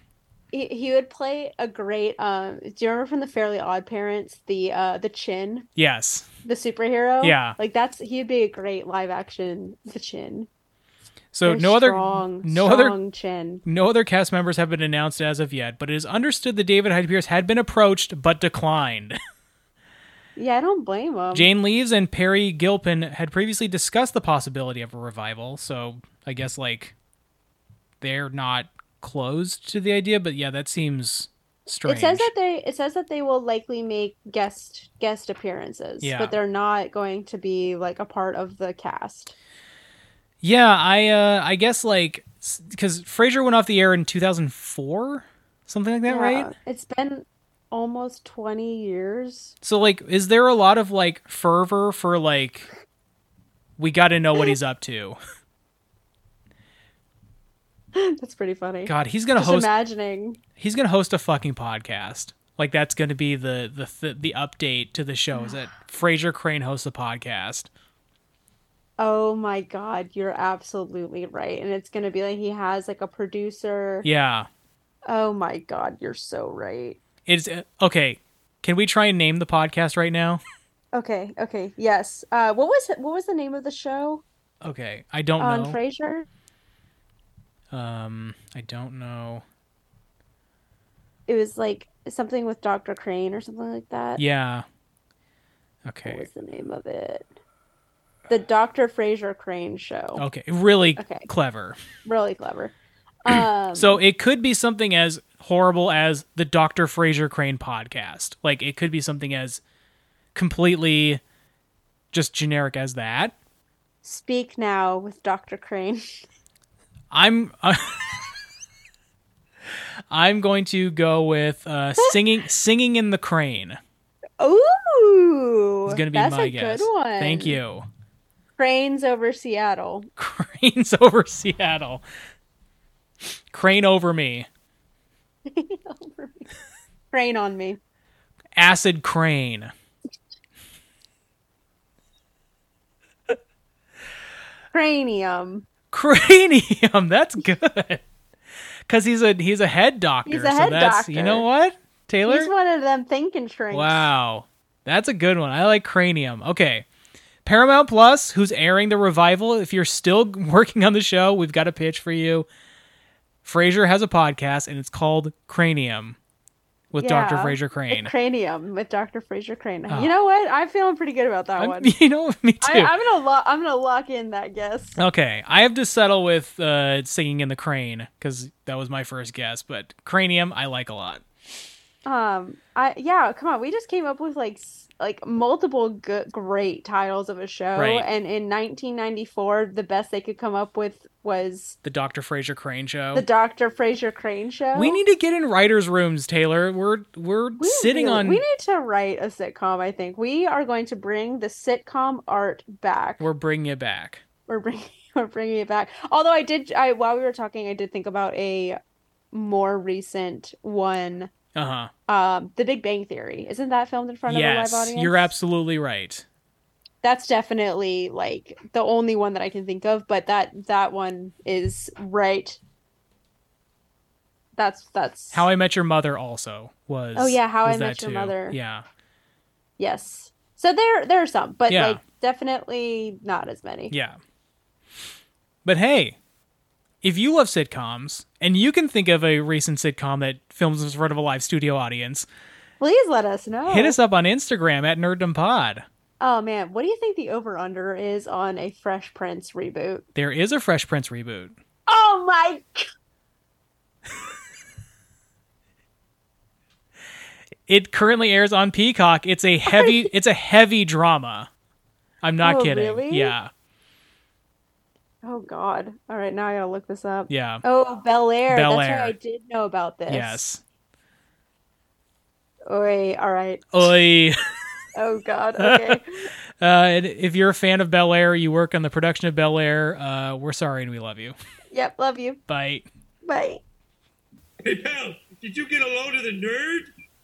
Speaker 2: he, he would play a great um do you remember from the fairly odd parents the uh the chin
Speaker 1: Yes.
Speaker 2: the superhero
Speaker 1: Yeah.
Speaker 2: like that's he'd be a great live action the chin
Speaker 1: So
Speaker 2: Very
Speaker 1: no
Speaker 2: strong,
Speaker 1: other no other
Speaker 2: strong chin
Speaker 1: no other cast members have been announced as of yet, but it is understood that David Hyde Pierce had been approached but declined.
Speaker 2: Um, yeah i don't blame him
Speaker 1: Jane Leaves and Perry Gilpin had previously discussed the possibility of a revival, so I guess like they're not closed to the idea, but yeah, that seems strange.
Speaker 2: it says that they it says that they will likely make guest guest appearances
Speaker 1: Yeah.
Speaker 2: but they're not going to be like a part of the cast
Speaker 1: yeah, I uh I guess like because Frasier went off the air in 2004, something like that, right?
Speaker 2: Yeah, Uh, it's been almost 20 years [laughs]
Speaker 1: So like is there a lot of like fervor for like we got to know what he's up to.
Speaker 2: that's pretty funny
Speaker 1: God, he's going to
Speaker 2: just
Speaker 1: host
Speaker 2: imagining
Speaker 1: he's going to host a fucking podcast. Like that's going to be the the th- the update to the show
Speaker 2: [sighs]
Speaker 1: is that Fraser Crane hosts a podcast.
Speaker 2: oh my god you're absolutely right and it's gonna be like he has like a producer
Speaker 1: Yeah.
Speaker 2: oh my god you're so right
Speaker 1: It's uh, okay. Can we try and name the podcast right
Speaker 2: [laughs]
Speaker 1: now?
Speaker 2: okay okay yes uh what was it what was the name of the show
Speaker 1: Okay. I don't
Speaker 2: on
Speaker 1: know.
Speaker 2: frasier
Speaker 1: um I don't know.
Speaker 2: it was like something with dr crane or something like that
Speaker 1: Yeah.
Speaker 2: What
Speaker 1: Okay. Uh,
Speaker 2: was the name of it? The Dr. Fraser Crane Show.
Speaker 1: Okay. Really
Speaker 2: Okay.
Speaker 1: clever.
Speaker 2: Really clever. Um,
Speaker 1: So it could be something as horrible as the Dr. Fraser Crane podcast. Like it could be something as completely just generic as that.
Speaker 2: speak now with Dr. Crane. [laughs]
Speaker 1: I'm uh, [laughs] I'm going to go with uh, singing singing in the crane.
Speaker 2: Ooh,
Speaker 1: Is going to be
Speaker 2: that's
Speaker 1: my
Speaker 2: a
Speaker 1: guess.
Speaker 2: good one.
Speaker 1: Thank you. [laughs]
Speaker 2: Cranes over Seattle.
Speaker 1: Cranes over Seattle. Crane over me.
Speaker 2: Crane on me.
Speaker 1: Acid crane.
Speaker 2: Cranium.
Speaker 1: Cranium. [laughs] That's good. Cuz he's a he's a head doctor.
Speaker 2: He's a head
Speaker 1: so that's you
Speaker 2: doctor.
Speaker 1: know what? Taylor
Speaker 2: He's one of them thinking shrinks.
Speaker 1: Wow. That's a good one. I like Cranium. Okay. Paramount Plus, who's airing the revival. If you're still [laughs] working on the show, we've got a pitch for you. Frasier has a podcast and it's called Cranium with Dr.
Speaker 2: Yeah.
Speaker 1: Frasier
Speaker 2: With
Speaker 1: Crane.
Speaker 2: Cranium with Dr. Fraser Crane.
Speaker 1: Oh.
Speaker 2: You know what? I'm feeling pretty good about that
Speaker 1: I'm-
Speaker 2: one.
Speaker 1: you know, [laughs] me too.
Speaker 2: I, I'm gonna lo- I'm gonna lock in that guess.
Speaker 1: okay. I have to settle with uh, Singing in the Crane because that was my first guess, but Cranium I like a lot.
Speaker 2: Um, I yeah, come on. We just came up with like s- like multiple good, great titles of a show,
Speaker 1: Right.
Speaker 2: and in 1994, the best they could come up with was
Speaker 1: The Dr. Frasier Crane Show.
Speaker 2: the Dr. Fraser Crane Show.
Speaker 1: Oh. we need to get in writers' rooms, Taylor. We're we're
Speaker 2: We
Speaker 1: sitting
Speaker 2: really-
Speaker 1: on
Speaker 2: We need to write a sitcom. I think we are going to bring the sitcom art back.
Speaker 1: we're bringing it back.
Speaker 2: We're bringing [laughs] we're bringing it back. Although I did, I while we were talking, I did think about a more recent one.
Speaker 1: Uh huh.
Speaker 2: Um, The Big Bang Theory isn't that filmed in front
Speaker 1: yes,
Speaker 2: of a live audience?
Speaker 1: You're absolutely right.
Speaker 2: that's definitely like the only one that I can think of, but that that one is right. That's that's
Speaker 1: How I Met Your Mother also was.
Speaker 2: Oh, yeah, How I
Speaker 1: was that
Speaker 2: Met Your
Speaker 1: too.
Speaker 2: Mother.
Speaker 1: Yeah,
Speaker 2: yes. So there there are some, but
Speaker 1: Yeah.
Speaker 2: like definitely not as many.
Speaker 1: yeah. But hey, if you love sitcoms and you can think of a recent sitcom that films in front of a live studio audience,
Speaker 2: Please let us know.
Speaker 1: hit us up on Instagram at Nerddom Pod.
Speaker 2: Oh man, what do you think the over under is on a Fresh Prince reboot?
Speaker 1: There is a Fresh Prince reboot.
Speaker 2: Oh my g-
Speaker 1: It currently airs on Peacock. It's a heavy. it's a heavy drama. I'm not
Speaker 2: Oh,
Speaker 1: kidding.
Speaker 2: really?
Speaker 1: Yeah,
Speaker 2: Oh god. All right, now I gotta look this up.
Speaker 1: yeah,
Speaker 2: Oh, Bel Air. That's
Speaker 1: Bel
Speaker 2: right.
Speaker 1: Air.
Speaker 2: I did know about this.
Speaker 1: yes.
Speaker 2: Oi, all right.
Speaker 1: Oy.
Speaker 2: Oh
Speaker 1: [laughs]
Speaker 2: god. Okay.
Speaker 1: Uh, and if you're a fan of Bel Air, you work on the production of Bel Air, uh, we're sorry and we love you.
Speaker 2: yep, love you.
Speaker 1: Bye.
Speaker 2: Bye.
Speaker 3: Hey, pal, did you get a load of the nerd?